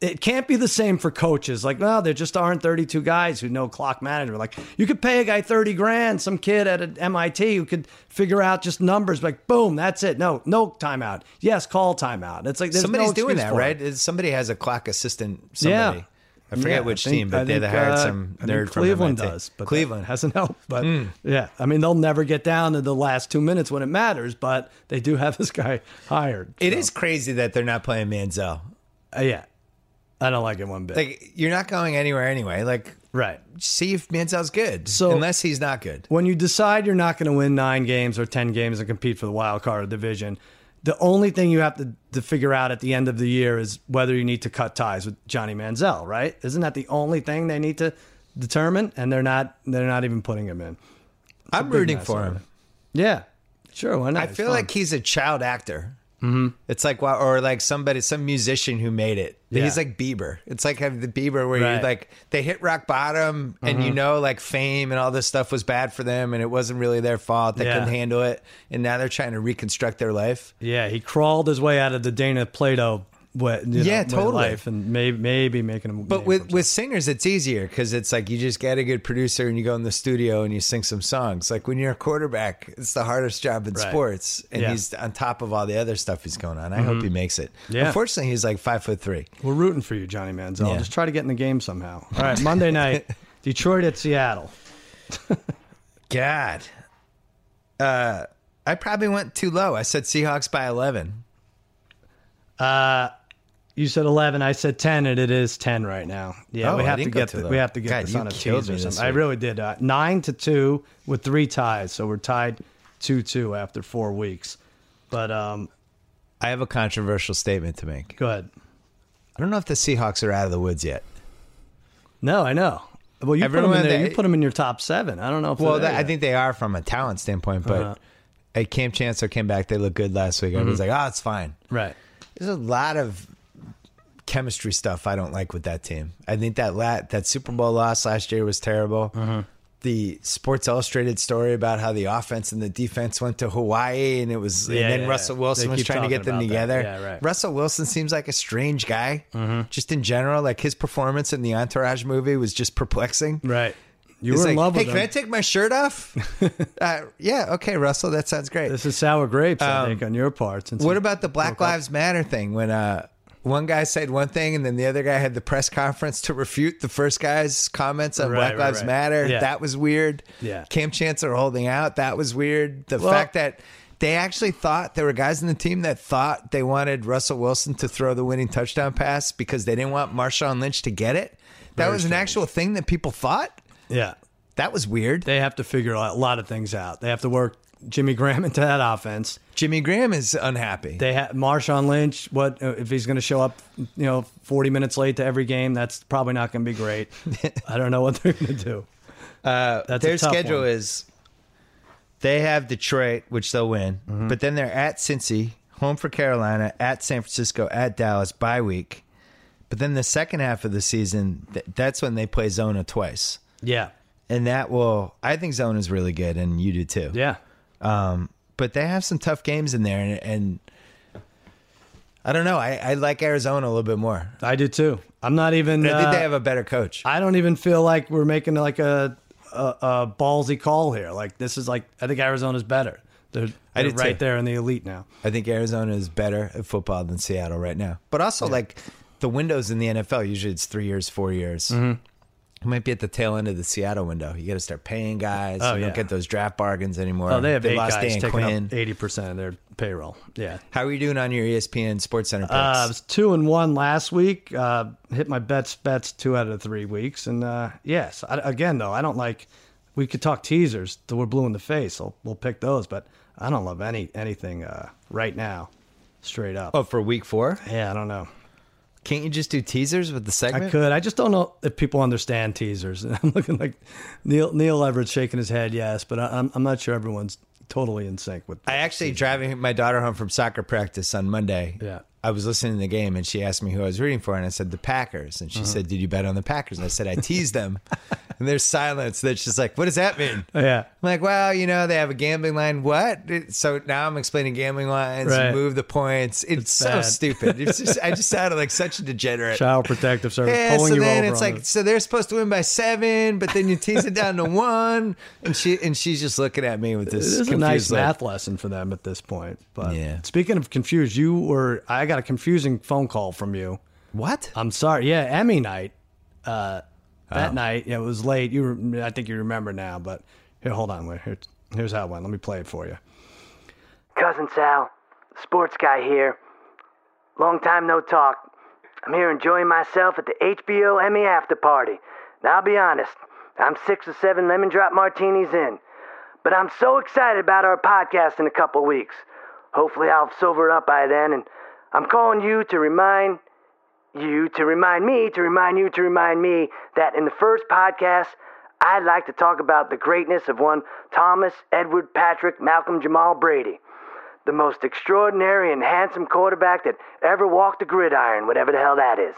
S2: It can't be the same for coaches. Like, no, there just aren't 32 guys who know clock management. Like, you could pay a guy 30 grand, some kid at an MIT who could figure out just numbers. Like, boom, that's it. No, no timeout. Yes, call timeout. It's like there's
S1: Somebody's
S2: no
S1: doing
S2: excuse
S1: that,
S2: for it.
S1: right? Is- Somebody has a clock assistant. Somebody.
S2: Yeah.
S1: I forget
S2: Yeah,
S1: which
S2: I think-
S1: team, but
S2: I
S1: they they
S2: think,
S1: hired
S2: uh,
S1: some
S2: I think
S1: nerd from
S2: Cleveland
S1: MIT.
S2: does, but
S1: Cleveland
S2: that Hmm. hasn't helped. But yeah, I mean they'll never get down to the last two minutes when it matters, but they do have (laughs) this guy hired.
S1: It is crazy that they're not playing Manziel.
S2: Uh, yeah, I don't like it one bit.
S1: Like you're not going anywhere anyway. Like
S2: right.
S1: see if Manziel's good.
S2: So-
S1: unless he's not good,
S2: When you decide you're not going to win nine games or ten games and compete for the wild card or division, the only thing you have to, to figure out at the end of the year is whether you need to cut ties with Johnny Manziel. Right? Isn't that the only thing they need to determine? And they're not. They're not even putting him in.
S1: I'm rooting
S2: mess
S1: for
S2: over
S1: him.
S2: there. Yeah. Sure, why not?
S1: I feel like he's a child actor. Mm-hmm. It's like wow, or like somebody, some musician who made it.
S2: Yeah.
S1: He's like Bieber. It's like have the Bieber where you
S2: Right. Mm-hmm.
S1: like they hit rock bottom, and you know like fame and all this stuff was bad for them, and it wasn't really their fault. They
S2: Yeah.
S1: couldn't handle it, and now they're trying to reconstruct their life.
S2: yeah, he crawled his way out of the Dana Plato way, you know,
S1: Yeah,
S2: way of
S1: totally.
S2: life and maybe maybe making him
S1: But with, with singers, it's easier because it's like you just get a good producer and you go in the studio and you sing some songs. Like when you're a quarterback, it's the hardest job in
S2: Right.
S1: sports, and
S2: Yeah. Mm-hmm.
S1: he's on top of all the other stuff he's going on. I hope he makes it.
S2: Yeah.
S1: Unfortunately, he's like five foot three.
S2: We're rooting for you, Johnny Manziel.
S1: Yeah.
S2: Just try to get in the game somehow. All right,
S1: (laughs)
S2: Monday night, Detroit at Seattle.
S1: God, uh, I probably went too low. I said Seahawks by eleven.
S2: You said eleven, I said ten, and it is ten right now. Yeah,
S1: Oh,
S2: we
S1: I
S2: have to
S1: didn't go
S2: get
S1: too
S2: the,
S1: low.
S2: we have to get
S1: God,
S2: this
S1: you
S2: on a
S1: killed
S2: teaser
S1: me this
S2: or something. I
S1: week.
S2: really did. Uh, nine to two with three ties, so we're tied two two after four weeks. But um,
S1: I have a controversial statement to make.
S2: go ahead.
S1: I don't know if the Seahawks are out of the woods yet.
S2: No, I know. Well, you put
S1: Everyone
S2: them in there.
S1: that-
S2: you put them in your top seven. I don't know if
S1: Well,
S2: they're there
S1: that, I
S2: yet.
S1: think they are from a talent standpoint, but. Hey, Cam Chancellor came back. They looked good last week. Everyone's like, oh, it's fine.
S2: right.
S1: There's a lot of chemistry stuff I don't like with that team. I think that la- that Super Bowl loss last year was terrible.
S2: Mm-hmm.
S1: The Sports Illustrated story about how the offense and the defense went to Hawaii and it was,
S2: Yeah,
S1: and then
S2: yeah,
S1: Russell
S2: yeah.
S1: Wilson
S2: They
S1: was
S2: keep
S1: trying to get them
S2: talking about that.
S1: together.
S2: Yeah, right. Mm-hmm.
S1: Russell Wilson seems like a strange guy, just in general. Like his performance in the Entourage movie was just perplexing.
S2: Right. You
S1: He's
S2: were in
S1: like,
S2: love
S1: hey,
S2: with
S1: can
S2: them.
S1: I take my shirt
S2: (laughs)
S1: off? uh, yeah, okay, Russell, that sounds great.
S2: this is sour grapes, I think, on your part. Since
S1: What about the Black Lives Matter thing when uh one guy said one thing and then the other guy had the press conference to refute the first guy's comments on
S2: Right,
S1: Black
S2: right,
S1: Lives
S2: right.
S1: Matter?
S2: Yeah.
S1: That was weird.
S2: Yeah.
S1: Cam Chancellor holding out, that was weird. The
S2: Well-
S1: fact that they actually thought there were guys in the team that thought they wanted Russell Wilson to throw the winning touchdown pass because they didn't want Marshawn Lynch to get it. That was an actual thing that people thought.
S2: yeah,
S1: That was weird.
S2: they have to figure out a lot of things out. They have to work Jimmy (laughs) Graham into that offense.
S1: Jimmy Graham is unhappy.
S2: They have Marshawn Lynch. What uh, if he's going to show up? You know, forty minutes late to every game. That's probably not going to be (laughs) great. I don't know what they're going to do. Uh, that's a
S1: their
S2: tough
S1: schedule
S2: one.
S1: is they have Detroit, which they'll win,
S2: Mm-hmm.
S1: but then they're at Cincy, home for Carolina, at San Francisco, at Dallas, bye week. But then the second half of the season, th- that's when they play Zona twice,
S2: yeah,
S1: and that will. I think Zona's really good, and you do too.
S2: yeah.
S1: But they have some tough games in there, and. and I don't know. I, I like Arizona a little bit more.
S2: I do too. I'm not even.
S1: I think
S2: uh,
S1: they have a better coach.
S2: I don't even feel like we're making like a, a, a ballsy call here. Like this is like I think Arizona's better. They're,
S1: I
S2: they're
S1: do
S2: right
S1: too.
S2: there in the elite now.
S1: I think Arizona is better at football than Seattle right now. But also, like the windows in the NFL, usually it's three years, four years.
S2: Mm-hmm.
S1: It might be at the tail end of the Seattle window. You got to start paying guys.
S2: Oh,
S1: you
S2: yeah.
S1: don't get those draft bargains anymore.
S2: Oh, they have eight
S1: lost
S2: guys
S1: Dan
S2: taking
S1: Quinn.
S2: up eighty percent of their payroll. Yeah.
S1: How are you doing on your E ESPN Sports Center picks?
S2: Uh, I was two and one last week. Uh, hit my bets bets two out of the three weeks, and uh, yes, I, again though I don't like. We could talk teasers till we're blue in the face. I'll, we'll pick those, but I don't love any anything uh, right now, straight up.
S1: oh, for week four?
S2: Yeah, I don't know.
S1: Can't you just do teasers with the segment?
S2: I could. I just don't know if people understand teasers. (laughs) I'm looking like Neil Neil Everett shaking his head, yes, but I, I'm I'm not sure everyone's totally in sync with.
S1: I actually driving my daughter home from soccer practice on Monday.
S2: Yeah.
S1: I was listening to the game and she asked me who I was rooting for, and I said the Packers, and she
S2: Uh-huh.
S1: said, "Did you bet on the Packers?" And I said, "I teased
S2: (laughs)
S1: them," and there's silence. That's just like, "What does that mean?"
S2: Oh, Yeah.
S1: I'm like, well, you know, they have a gambling line. What? It- So now I'm explaining gambling lines.
S2: Right.
S1: You move the points. It's, so
S2: bad.
S1: stupid. It's just, I just sounded like such a degenerate.
S2: Child Protective Service
S1: Yeah,
S2: pulling
S1: so
S2: you
S1: then
S2: over.
S1: it's
S2: on
S1: like,
S2: this.
S1: so they're supposed to win by seven, but then you tease it
S2: (laughs)
S1: down to one, and she and she's just looking at me with this.
S2: this is a
S1: confused
S2: nice
S1: look.
S2: math lesson for them at this point. But
S1: Yeah.
S2: speaking of confused, you were I got a confusing phone call from you.
S1: What?
S2: I'm sorry. Yeah, Emmy night. Uh,
S1: Oh.
S2: that night, yeah, it was late. You, re- I think you remember now. But here, hold on. Wait, here, here's how it went. Let me play it for you.
S3: Cousin Sal, sports guy here. Long time no talk. I'm here enjoying myself at the HBO Emmy after party. Now, I'll be honest, I'm six or seven lemon drop martinis in. But I'm so excited about our podcast in a couple weeks. Hopefully, I'll sober up by then, and I'm calling you to remind you to remind me to remind you to remind me that in the first podcast, I'd like to talk about the greatness of one Thomas Edward Patrick Malcolm Jamal Brady the most extraordinary and handsome quarterback that ever walked the gridiron, whatever the hell that is.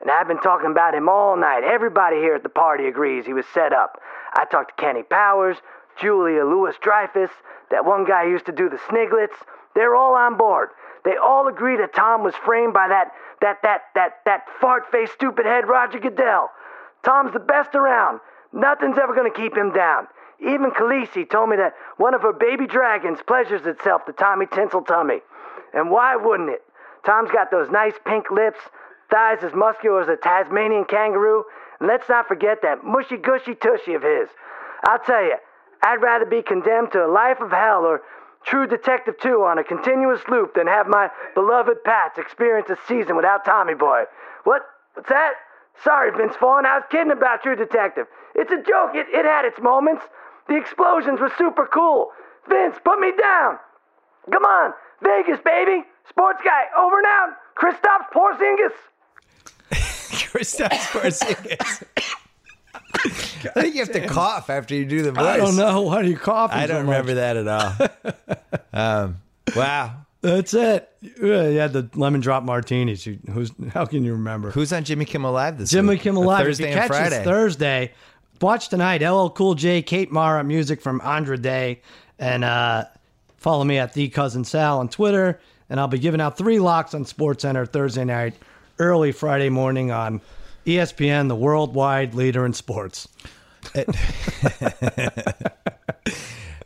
S3: And I've been talking about him all night. Everybody here at the party agrees he was set up. I talked to Kenny Powers, Julia Lewis Dreyfus, that one guy who used to do the Sniglets. They're all on board. They all agree that Tom was framed by that that that that that fart faced stupid head Roger Goodell. Tom's the best around. Nothing's ever going to keep him down. Even Khaleesi told me that one of her baby dragons pleasures itself to Tommy Tinsel Tummy. And why wouldn't it? Tom's got those nice pink lips, thighs as muscular as a Tasmanian kangaroo, and let's not forget that mushy gushy tushy of his. I'll tell you, I'd rather be condemned to a life of hell or True Detective 2 on a continuous loop than have my beloved Pats experience a season without Tommy Boy. What? What's that? Sorry, Vince Vaughn, I was kidding about True Detective. It's a joke, it, it had its moments. The explosions were super cool. Vince, put me down. Come on, Vegas, baby. Sports guy, over and out. Kristaps Porzingis.
S1: Christoph Porzingis. I think you have to cough after you do the voice.
S2: I don't know why are you coughing.
S1: I
S2: so
S1: don't
S2: much?
S1: remember that at all.
S2: (laughs)
S1: um, wow.
S2: That's it. Yeah, yeah, the lemon drop martinis. You, who's how can you remember?
S1: Who's on Jimmy Kimmel Live this
S2: Jimmy
S1: week?
S2: Kimmel Live. If you
S1: Thursday and
S2: catch us
S1: Friday.
S2: Thursday. Watch tonight. LL Cool J, Kate Mara, music from Andre Day, and uh, follow me at the cousin Sal on Twitter. And I'll be giving out three locks on Sports Center Thursday night, early Friday morning on E ESPN, the worldwide leader in sports.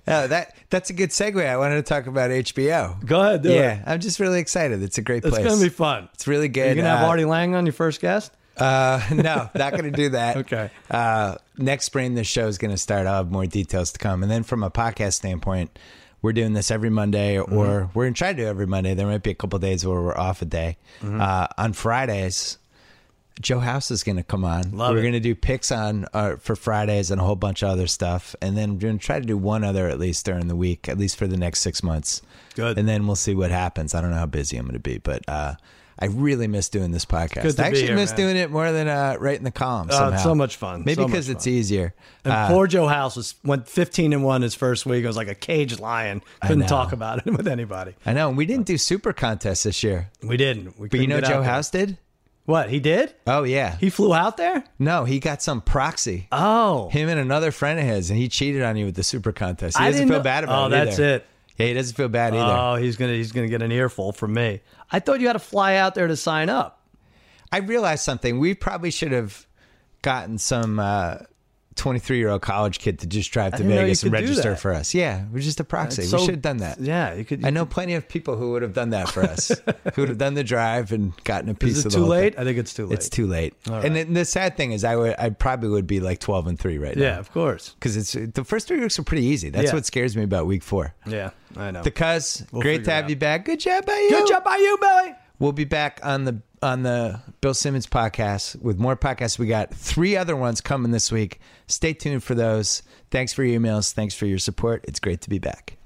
S1: Oh, that that's a good segue. I wanted to talk about HBO.
S2: Go ahead, do
S1: yeah,
S2: it.
S1: I'm just really excited. It's a great
S2: It's
S1: place.
S2: gonna be fun.
S1: It's really good.
S2: You're gonna have
S1: Uh,
S2: Artie Lang on your first guest.
S1: Uh, (laughs) no, not going to do that.
S2: Okay.
S1: Uh, next spring, the show is going to start. I'll have more details to come. And then from a podcast standpoint, we're doing this every Monday,
S2: Mm-hmm.
S1: or we're going to try to do every Monday. There might be a couple days where we're off a day.
S2: Mm-hmm.
S1: Uh, on Fridays, Joe House is going to come on.
S2: Love
S1: we're
S2: it.
S1: going to do picks on uh, for Fridays and a whole bunch of other stuff. And then we're going to try to do one other at least during the week, at least for the next six months.
S2: Good.
S1: And then we'll see what happens. I don't know how busy I'm going to be, but uh, I really miss doing this podcast.
S2: good to
S1: I
S2: be
S1: actually
S2: here,
S1: miss
S2: man.
S1: doing doing it more than uh, writing the column.
S2: Oh, it's
S1: somehow.
S2: so much fun.
S1: Maybe
S2: So
S1: because
S2: much
S1: it's
S2: fun.
S1: easier.
S2: And
S1: Uh,
S2: poor Joe House was went 15 and one his first week. It was like a caged lion. Couldn't
S1: know.
S2: talk about it (laughs) with anybody.
S1: I know. and We didn't do super contests this year,
S2: We didn't. We
S1: but you
S2: couldn't
S1: know
S2: get out
S1: Joe
S2: there.
S1: House did.
S2: What he did?
S1: Oh yeah.
S2: He flew out there.
S1: no, he got some proxy.
S2: Oh,
S1: Him and another friend of his, and he cheated on you with the super contest. He
S2: I
S1: doesn't
S2: didn't
S1: feel
S2: know-
S1: bad about
S2: Oh,
S1: it.
S2: that's
S1: either.
S2: it.
S1: Yeah, he doesn't feel bad either.
S2: oh, he's gonna he's gonna get an earful from me. I thought you had to fly out there to sign up.
S1: I realized something. We probably should have gotten some uh, 23 year old college kid to just drive to
S2: didn't know you
S1: Vegas and
S2: could do
S1: register
S2: that.
S1: for us. Yeah, we're just a proxy.
S2: So-
S1: we should have done that.
S2: Yeah, you could.
S1: I know plenty of people who would have done that for
S2: (laughs)
S1: us, who would have done the drive and gotten a piece
S2: Is it
S1: of
S2: too
S1: the whole thing.
S2: late? I think it's too late.
S1: It's too late. And then the sad thing is, I would, I probably would be like twelve and three right
S2: Yeah,
S1: now.
S2: of course.
S1: because it's the first three weeks are pretty easy. That's
S2: Yeah.
S1: what scares me about week four.
S2: Yeah, I know.
S1: The cuz, great
S2: figure
S1: to
S2: it
S1: have
S2: out.
S1: you back. Good job by you.
S2: Good job by you, Billy.
S1: We'll be back on the on the Bill Simmons podcast with more podcasts. We got three other ones coming this week. Stay tuned for those. Thanks for your emails. Thanks for your support. It's great to be back.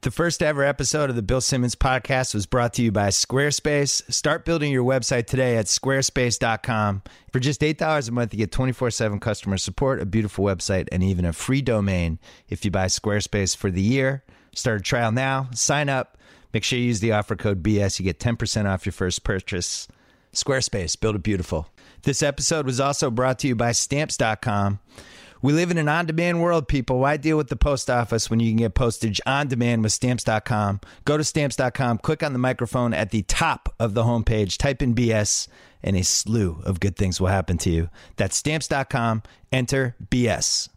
S1: The first ever episode of the Bill Simmons podcast was brought to you by Squarespace. Start building your website today at squarespace.com. For just $8 a month, you get 24 7 customer support, a beautiful website, and even a free domain if you buy Squarespace for the year. Start a trial now, sign up, Make sure you use the offer code BS. You get 10% off your first purchase. Squarespace, build it beautiful. This episode was also brought to you by stamps.com. We live in an on demand world, people. Why deal with the post office when you can get postage on demand with stamps.com? Go to stamps.com, click on the microphone at the top of the homepage, type in BS, and a slew of good things will happen to you. That's stamps.com. Enter BS.